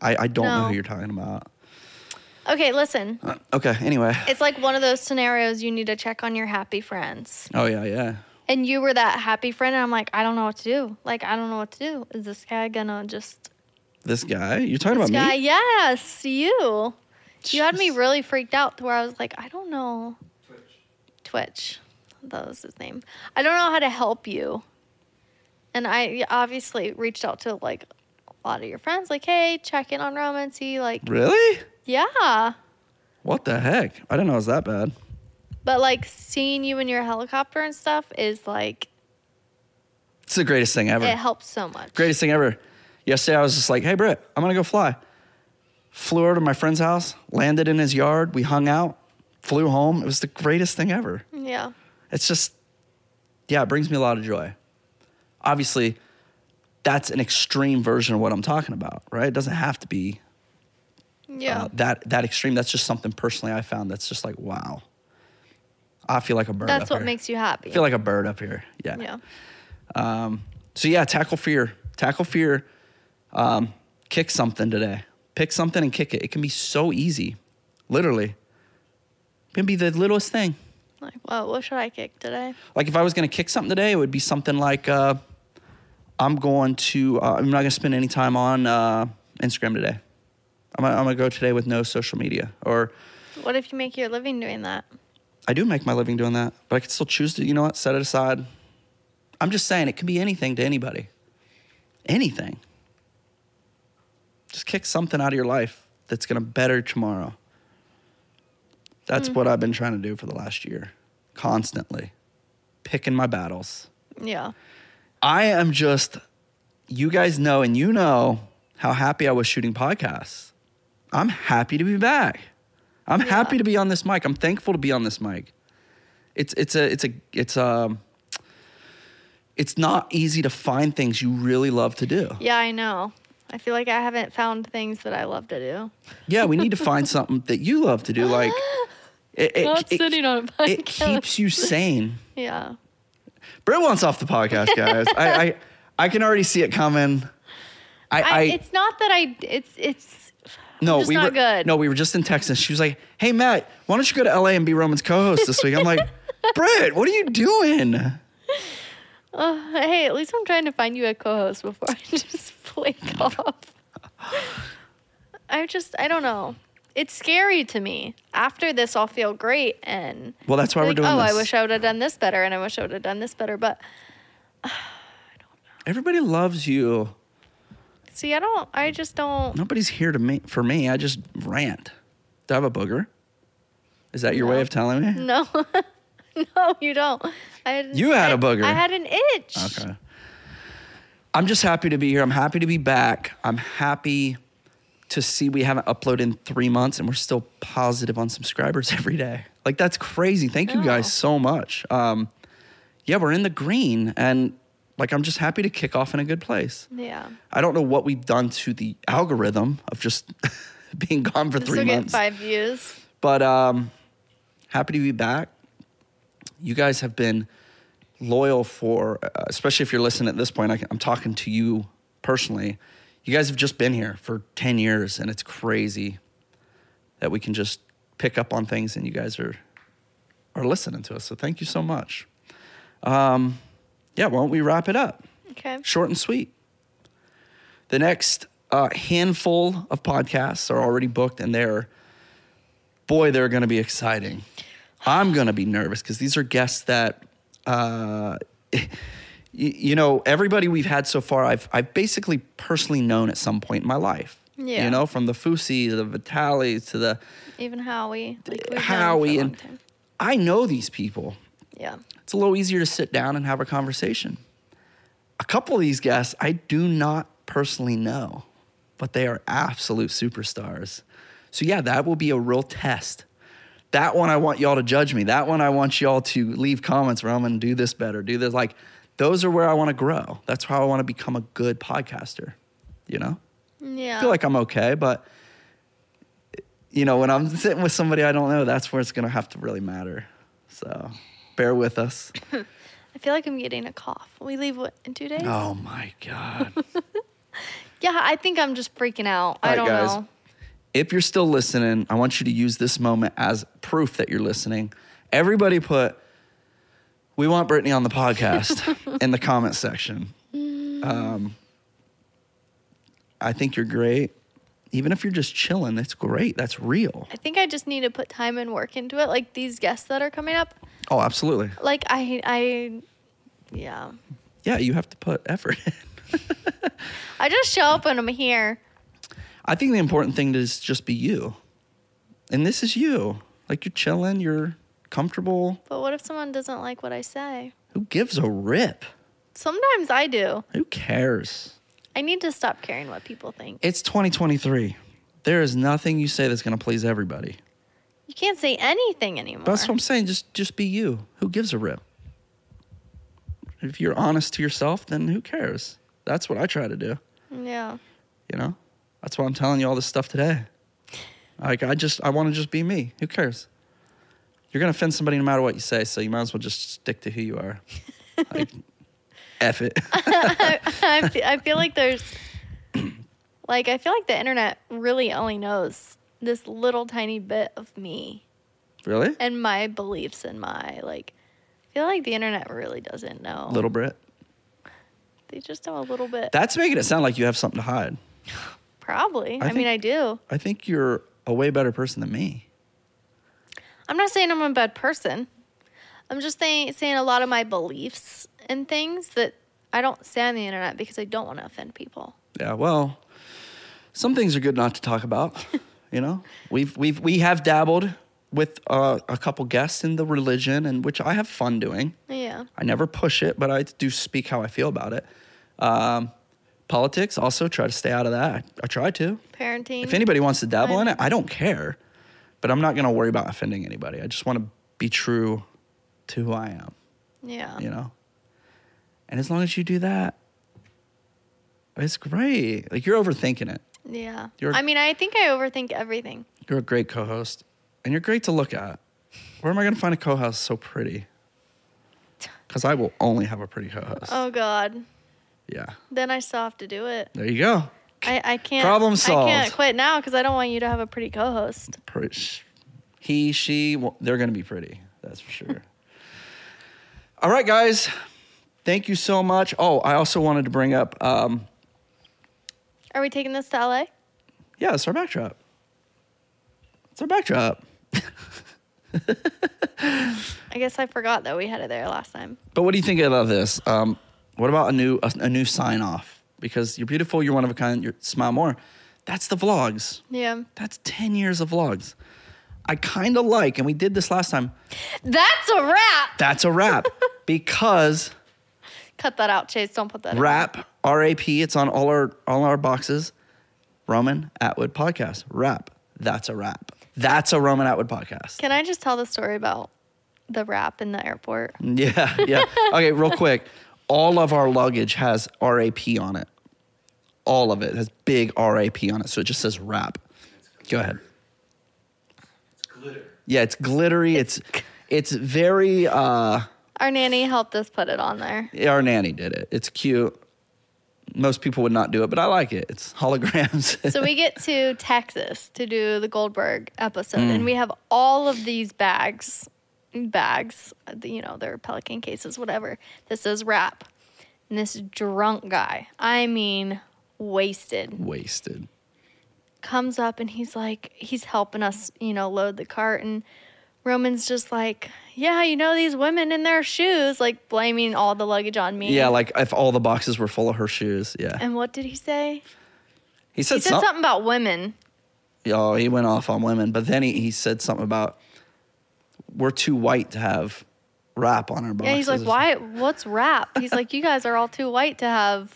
I, I don't know
No.
who you're talking about.
Okay, listen.
Uh, okay, anyway.
It's like one of those scenarios you need to check on your happy friends.
Oh, yeah, yeah.
And you were that happy friend, and I'm like, I don't know what to do. Like, I don't know what to do. Is this guy gonna just.
This guy? You're talking
This
about
guy,
me?
yes, you. You had me
Jeez.
really freaked out to where I was like, I don't know.
Twitch.
Twitch. That was his name. I don't know how to help you. And I obviously reached out to like a lot of your friends, like, hey, check in on Roman, see, like,
Really?
yeah.
What the heck? I didn't know it was that bad.
But like seeing you in your helicopter and stuff is like,
It's the greatest thing ever.
it helps so much.
Greatest thing ever. Yesterday, I was just like, hey, Britt, I'm going to go fly. Flew over to my friend's house, landed in his yard. We hung out, flew home. It was the greatest thing ever.
Yeah.
It's just, yeah, it brings me a lot of joy. Obviously, that's an extreme version of what I'm talking about, right? It doesn't have to be
Yeah.
uh, that that extreme. That's just something personally I found that's just like, wow. I feel like a bird.
That's
up
what
here.
makes you happy.
I feel like a bird up here. Yeah.
yeah.
So yeah, tackle fear. Tackle fear. Um, kick something today. Pick something and kick it. It can be so easy. Literally. It can be the littlest thing.
Like, well, what should I kick today?
Like if I was going to kick something today, it would be something like uh, I'm going to. Uh, I'm not going to spend any time on uh, Instagram today. I'm, gonna- I'm going to go today with no social media. Or
What if you make your living doing that?
I do make my living doing that, but I could still choose to. You know what? Set it aside. I'm just saying it can be anything to anybody. Anything. Just kick something out of your life that's going to better tomorrow. That's what I've been trying to do for the last year, constantly, picking my battles.
Yeah.
I am just, you guys know, and you know how happy I was shooting podcasts. I'm happy to be back. I'm
Yeah.
happy to be on this mic. I'm thankful to be on this mic. It's it's a it's a it's um it's not easy to find things you really love to do.
Yeah, I know. I feel like I haven't found things that I love to do.
Yeah, we need to
[LAUGHS]
find something that you love to do.
[GASPS]
Like it, it,
Not
it-
sitting on a
it keeps you sane.
Yeah.
Britt wants off the podcast, guys. I, I I can already see it coming. I,
[LAUGHS] I,
I
it's not that I. It's it's.
No,
just
we
not
were
good.
no, we were just in Texas. She was like, "Hey Matt, why don't you go to LA and be Roman's co-host this week?" I'm
[LAUGHS]
like, "Britt, what are you doing?"
Uh, [LAUGHS] hey, at least I'm trying to find you a co-host before [LAUGHS] I
[LAUGHS]
just flake off. I just I don't know. It's scary to me. After this, I'll feel great and.
Well, that's why
be
we're
like,
doing
oh,
this.
I wish I would have done this better, and I wish I would have done this better. But
Everybody loves you.
see, I don't. I just don't.
Nobody's here to me for me. I just rant. Do I have a booger? Is that your way
No.
of telling me?
[LAUGHS] No, no, you don't. I had an-
You had
I-
a booger.
I had an itch.
Okay. I'm just happy to be here. I'm happy to be back. I'm happy to see we haven't uploaded in three months and we're still positive on subscribers [LAUGHS] every day. Like that's crazy. Thank you
No.
guys so much. Um, yeah, we're in the green and like I'm just happy to kick off in a good place.
Yeah.
I don't know what we've done to the algorithm of just [LAUGHS] being gone for
This
three
will get
months.
five views.
But um, happy to be back. You guys have been loyal for, uh, especially if you're listening at this point. I can, I'm talking to you personally. You guys have just been here for 10 years, and it's crazy that we can just pick up on things, and you guys are are listening to us. So thank you so much. Um, yeah, why don't we wrap it up?
Okay.
short and sweet. The next uh, handful of podcasts are already booked, and they're, boy, they're going to be exciting. I'm going to be nervous because these are guests that, uh, [LAUGHS] y- you know, everybody we've had so far, I've, I've basically personally known at some point in my life.
Yeah.
You know, from the Fusi to the Vitali to the
Even Howie. Like, we've known him for a
Howie
long
and
time.
I know these people.
Yeah.
It's a little easier to sit down and have a conversation. A couple of these guests I do not personally know, but they are absolute superstars. So, yeah, that will be a real test. That one I want y'all to judge me. That one I want y'all to leave comments where I'm gonna do this better, do this. Like, those are where I wanna grow. That's how I wanna become a good podcaster, you know?
Yeah.
I feel like I'm okay, but you know, when I'm [LAUGHS] sitting with somebody I don't know, that's where it's gonna have to really matter. So bear with us.
I feel like I'm getting a cough. We leave what in two days?
Oh my
[LAUGHS]
God.
Yeah, I think I'm just freaking out.
Alright,
I don't
guys.
know.
If you're still listening, I want you to use this moment as proof that you're listening. Everybody put, we want Brittany on the
[LAUGHS]
podcast in the comment section. Um, I think you're great. Even if you're just chilling, that's great. That's real.
I think I just need to put time and work into it. Like these guests that are coming up,
Oh, absolutely.
like I, I, yeah,
Yeah, you have to put effort in. [LAUGHS]
I just show up when I'm here.
I think the important thing is just be you. And this is you. Like you're chilling, you're comfortable.
But what if someone doesn't like what I say?
Who gives a rip?
Sometimes I do.
Who cares?
I need to stop caring what people think.
It's 2023. There is nothing you say that's going to please everybody.
You can't say anything anymore.
But that's what I'm saying. Just just be you. Who gives a rip? If you're honest to yourself, then who cares? That's what I try to do.
yeah. [LAUGHS]
You know, that's why I'm telling you all this stuff today. Like, I just, I want to just be me. Who cares? You're going to offend somebody no matter what you say, so you might as well just stick to who you are. Like, [LAUGHS] F it. [LAUGHS]
I, I, fe- I feel like there's, [CLEARS THROAT] like, I feel like the internet really only knows this little tiny bit of me
really?
and my beliefs and my, like, I feel like the internet really doesn't know.
Little Brit.
They just know a little bit.
That's making it sound like you have something to hide.
Probably.
I
I, mean,
think-
I do.
I think you're a way better person than me.
I'm not saying I'm a bad person. I'm just saying, saying a lot of my beliefs and things that I don't say on the internet because I don't want to offend people.
Yeah, well, some things are good not to talk about. you know, we've we've we have dabbled with uh, a couple guests in the religion, and which I have fun doing.
Yeah.
I never push it, but I do speak how I feel about it. Um, politics, also try to stay out of that. I, I try to.
Parenting.
If anybody wants to dabble in
I'm-
it, I don't care, but I'm not going to worry about offending anybody. I just want to be true to who I am
yeah.
you know? And as long as you do that, it's great. Like you're overthinking it.
Yeah.
You're-
I mean, I think I overthink everything.
You're a great co host and you're great to look at. Where am I going to find a co host so pretty? Because I will only have a pretty co host.
Oh, God.
Yeah.
Then I still have to do it.
There you go.
I, I can't.
Problem
I
solved.
can't quit now because I don't want you to have a pretty co host.
Pretty. sh- He, she, well, they're going to be pretty. That's for sure. [LAUGHS] All right, guys. Thank you so much. Oh, I also wanted to bring up um,
Are we taking this to LA?
Yeah, it's our backdrop. It's our backdrop.
I guess I forgot that we had it there last time.
But what do you think about this? Um, what about a new a, a new sign off? Because you're beautiful, you're one of a kind, you smile more. That's the vlogs.
Yeah.
That's 10 years of vlogs. I kind of like, and we did this last time.
That's a wrap.
That's a wrap because
Cut that out, Chase. Don't put that in.
wrap R A P. It's on all our all our boxes. Roman Atwood podcast wrap. That's a wrap. That's a Roman Atwood podcast.
Can I just tell the story about the wrap in the airport?
[LAUGHS] Yeah, yeah. Okay, real quick. All of our luggage has RAP on it. All of it has big RAP on it. So it just says wrap. Go ahead.
It's glitter.
Yeah, it's glittery. It's it's very uh
Our nanny helped us put it on there.
our nanny did it. It's cute. Most people would not do it, but I like it. It's holograms.
So we get to Texas to do the Goldberg episode,
Mm.
and we have all of these bags, bags, you know, they're Pelican cases, whatever. This is wrap. And this drunk guy, I mean,
[LAUGHS]
wasted.
Wasted.
comes up and he's like, he's helping us, you know, load the cart. And Roman's just like, yeah, you know, these women in their shoes, like blaming all the luggage on me.
Yeah, like if all the boxes were full of her shoes. Yeah.
and what did he say?
He
Um, He
said,
said
some-
something about women.
Oh, he went off on women, but then he, he said something about we're too white to have rap on our boxes.
Yeah, he's like, why? What's rap? He's like, you guys are all too white to have.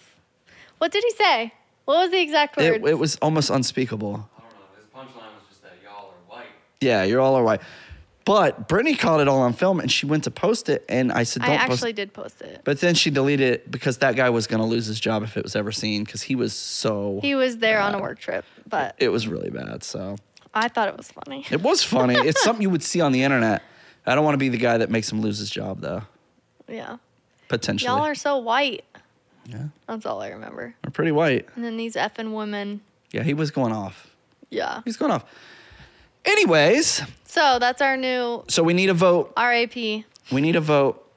What did he say? What was the exact word?
It, it was almost unspeakable.
I don't know. His punchline was just that y'all are white.
Yeah, you're all all right. But Brittany caught it all on film and she went to post it. And I said,
I
don't post
actually did post it.
But then she deleted it because that guy was going to lose his job if it was ever seen because he was so.
He was there on a work trip, but
it was really bad. So
I thought it was funny.
it was funny. it's something you would see on the internet. I don't want to be the guy that makes him lose his job, though,
[LAUGHS] Yeah.
potentially.
Y'all are so white.
Yeah.
That's all I remember.
We're pretty white.
And then these effing women.
Yeah, he was going off.
Yeah.
He's going off. Anyways,
So that's our new
so we need a vote.
RAP.
We need a vote.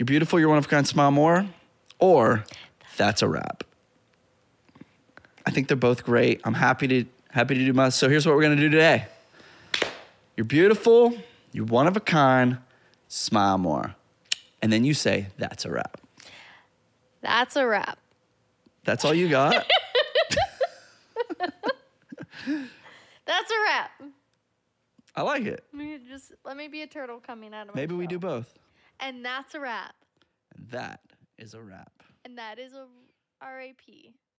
You're beautiful, you're one of a kind, smile more, or that's a wrap. I think they're both great. I'm happy to happy to do my so here's what we're gonna do today. You're beautiful, you're one of a kind, smile more. And then you say, that's a wrap.
That's a wrap.
That's all you got.
That's a wrap.
I like it.
Let me Just let me be a turtle coming out of my
Maybe we do
shell.
both.
And that's a wrap.
That is a wrap.
And that is a RAP.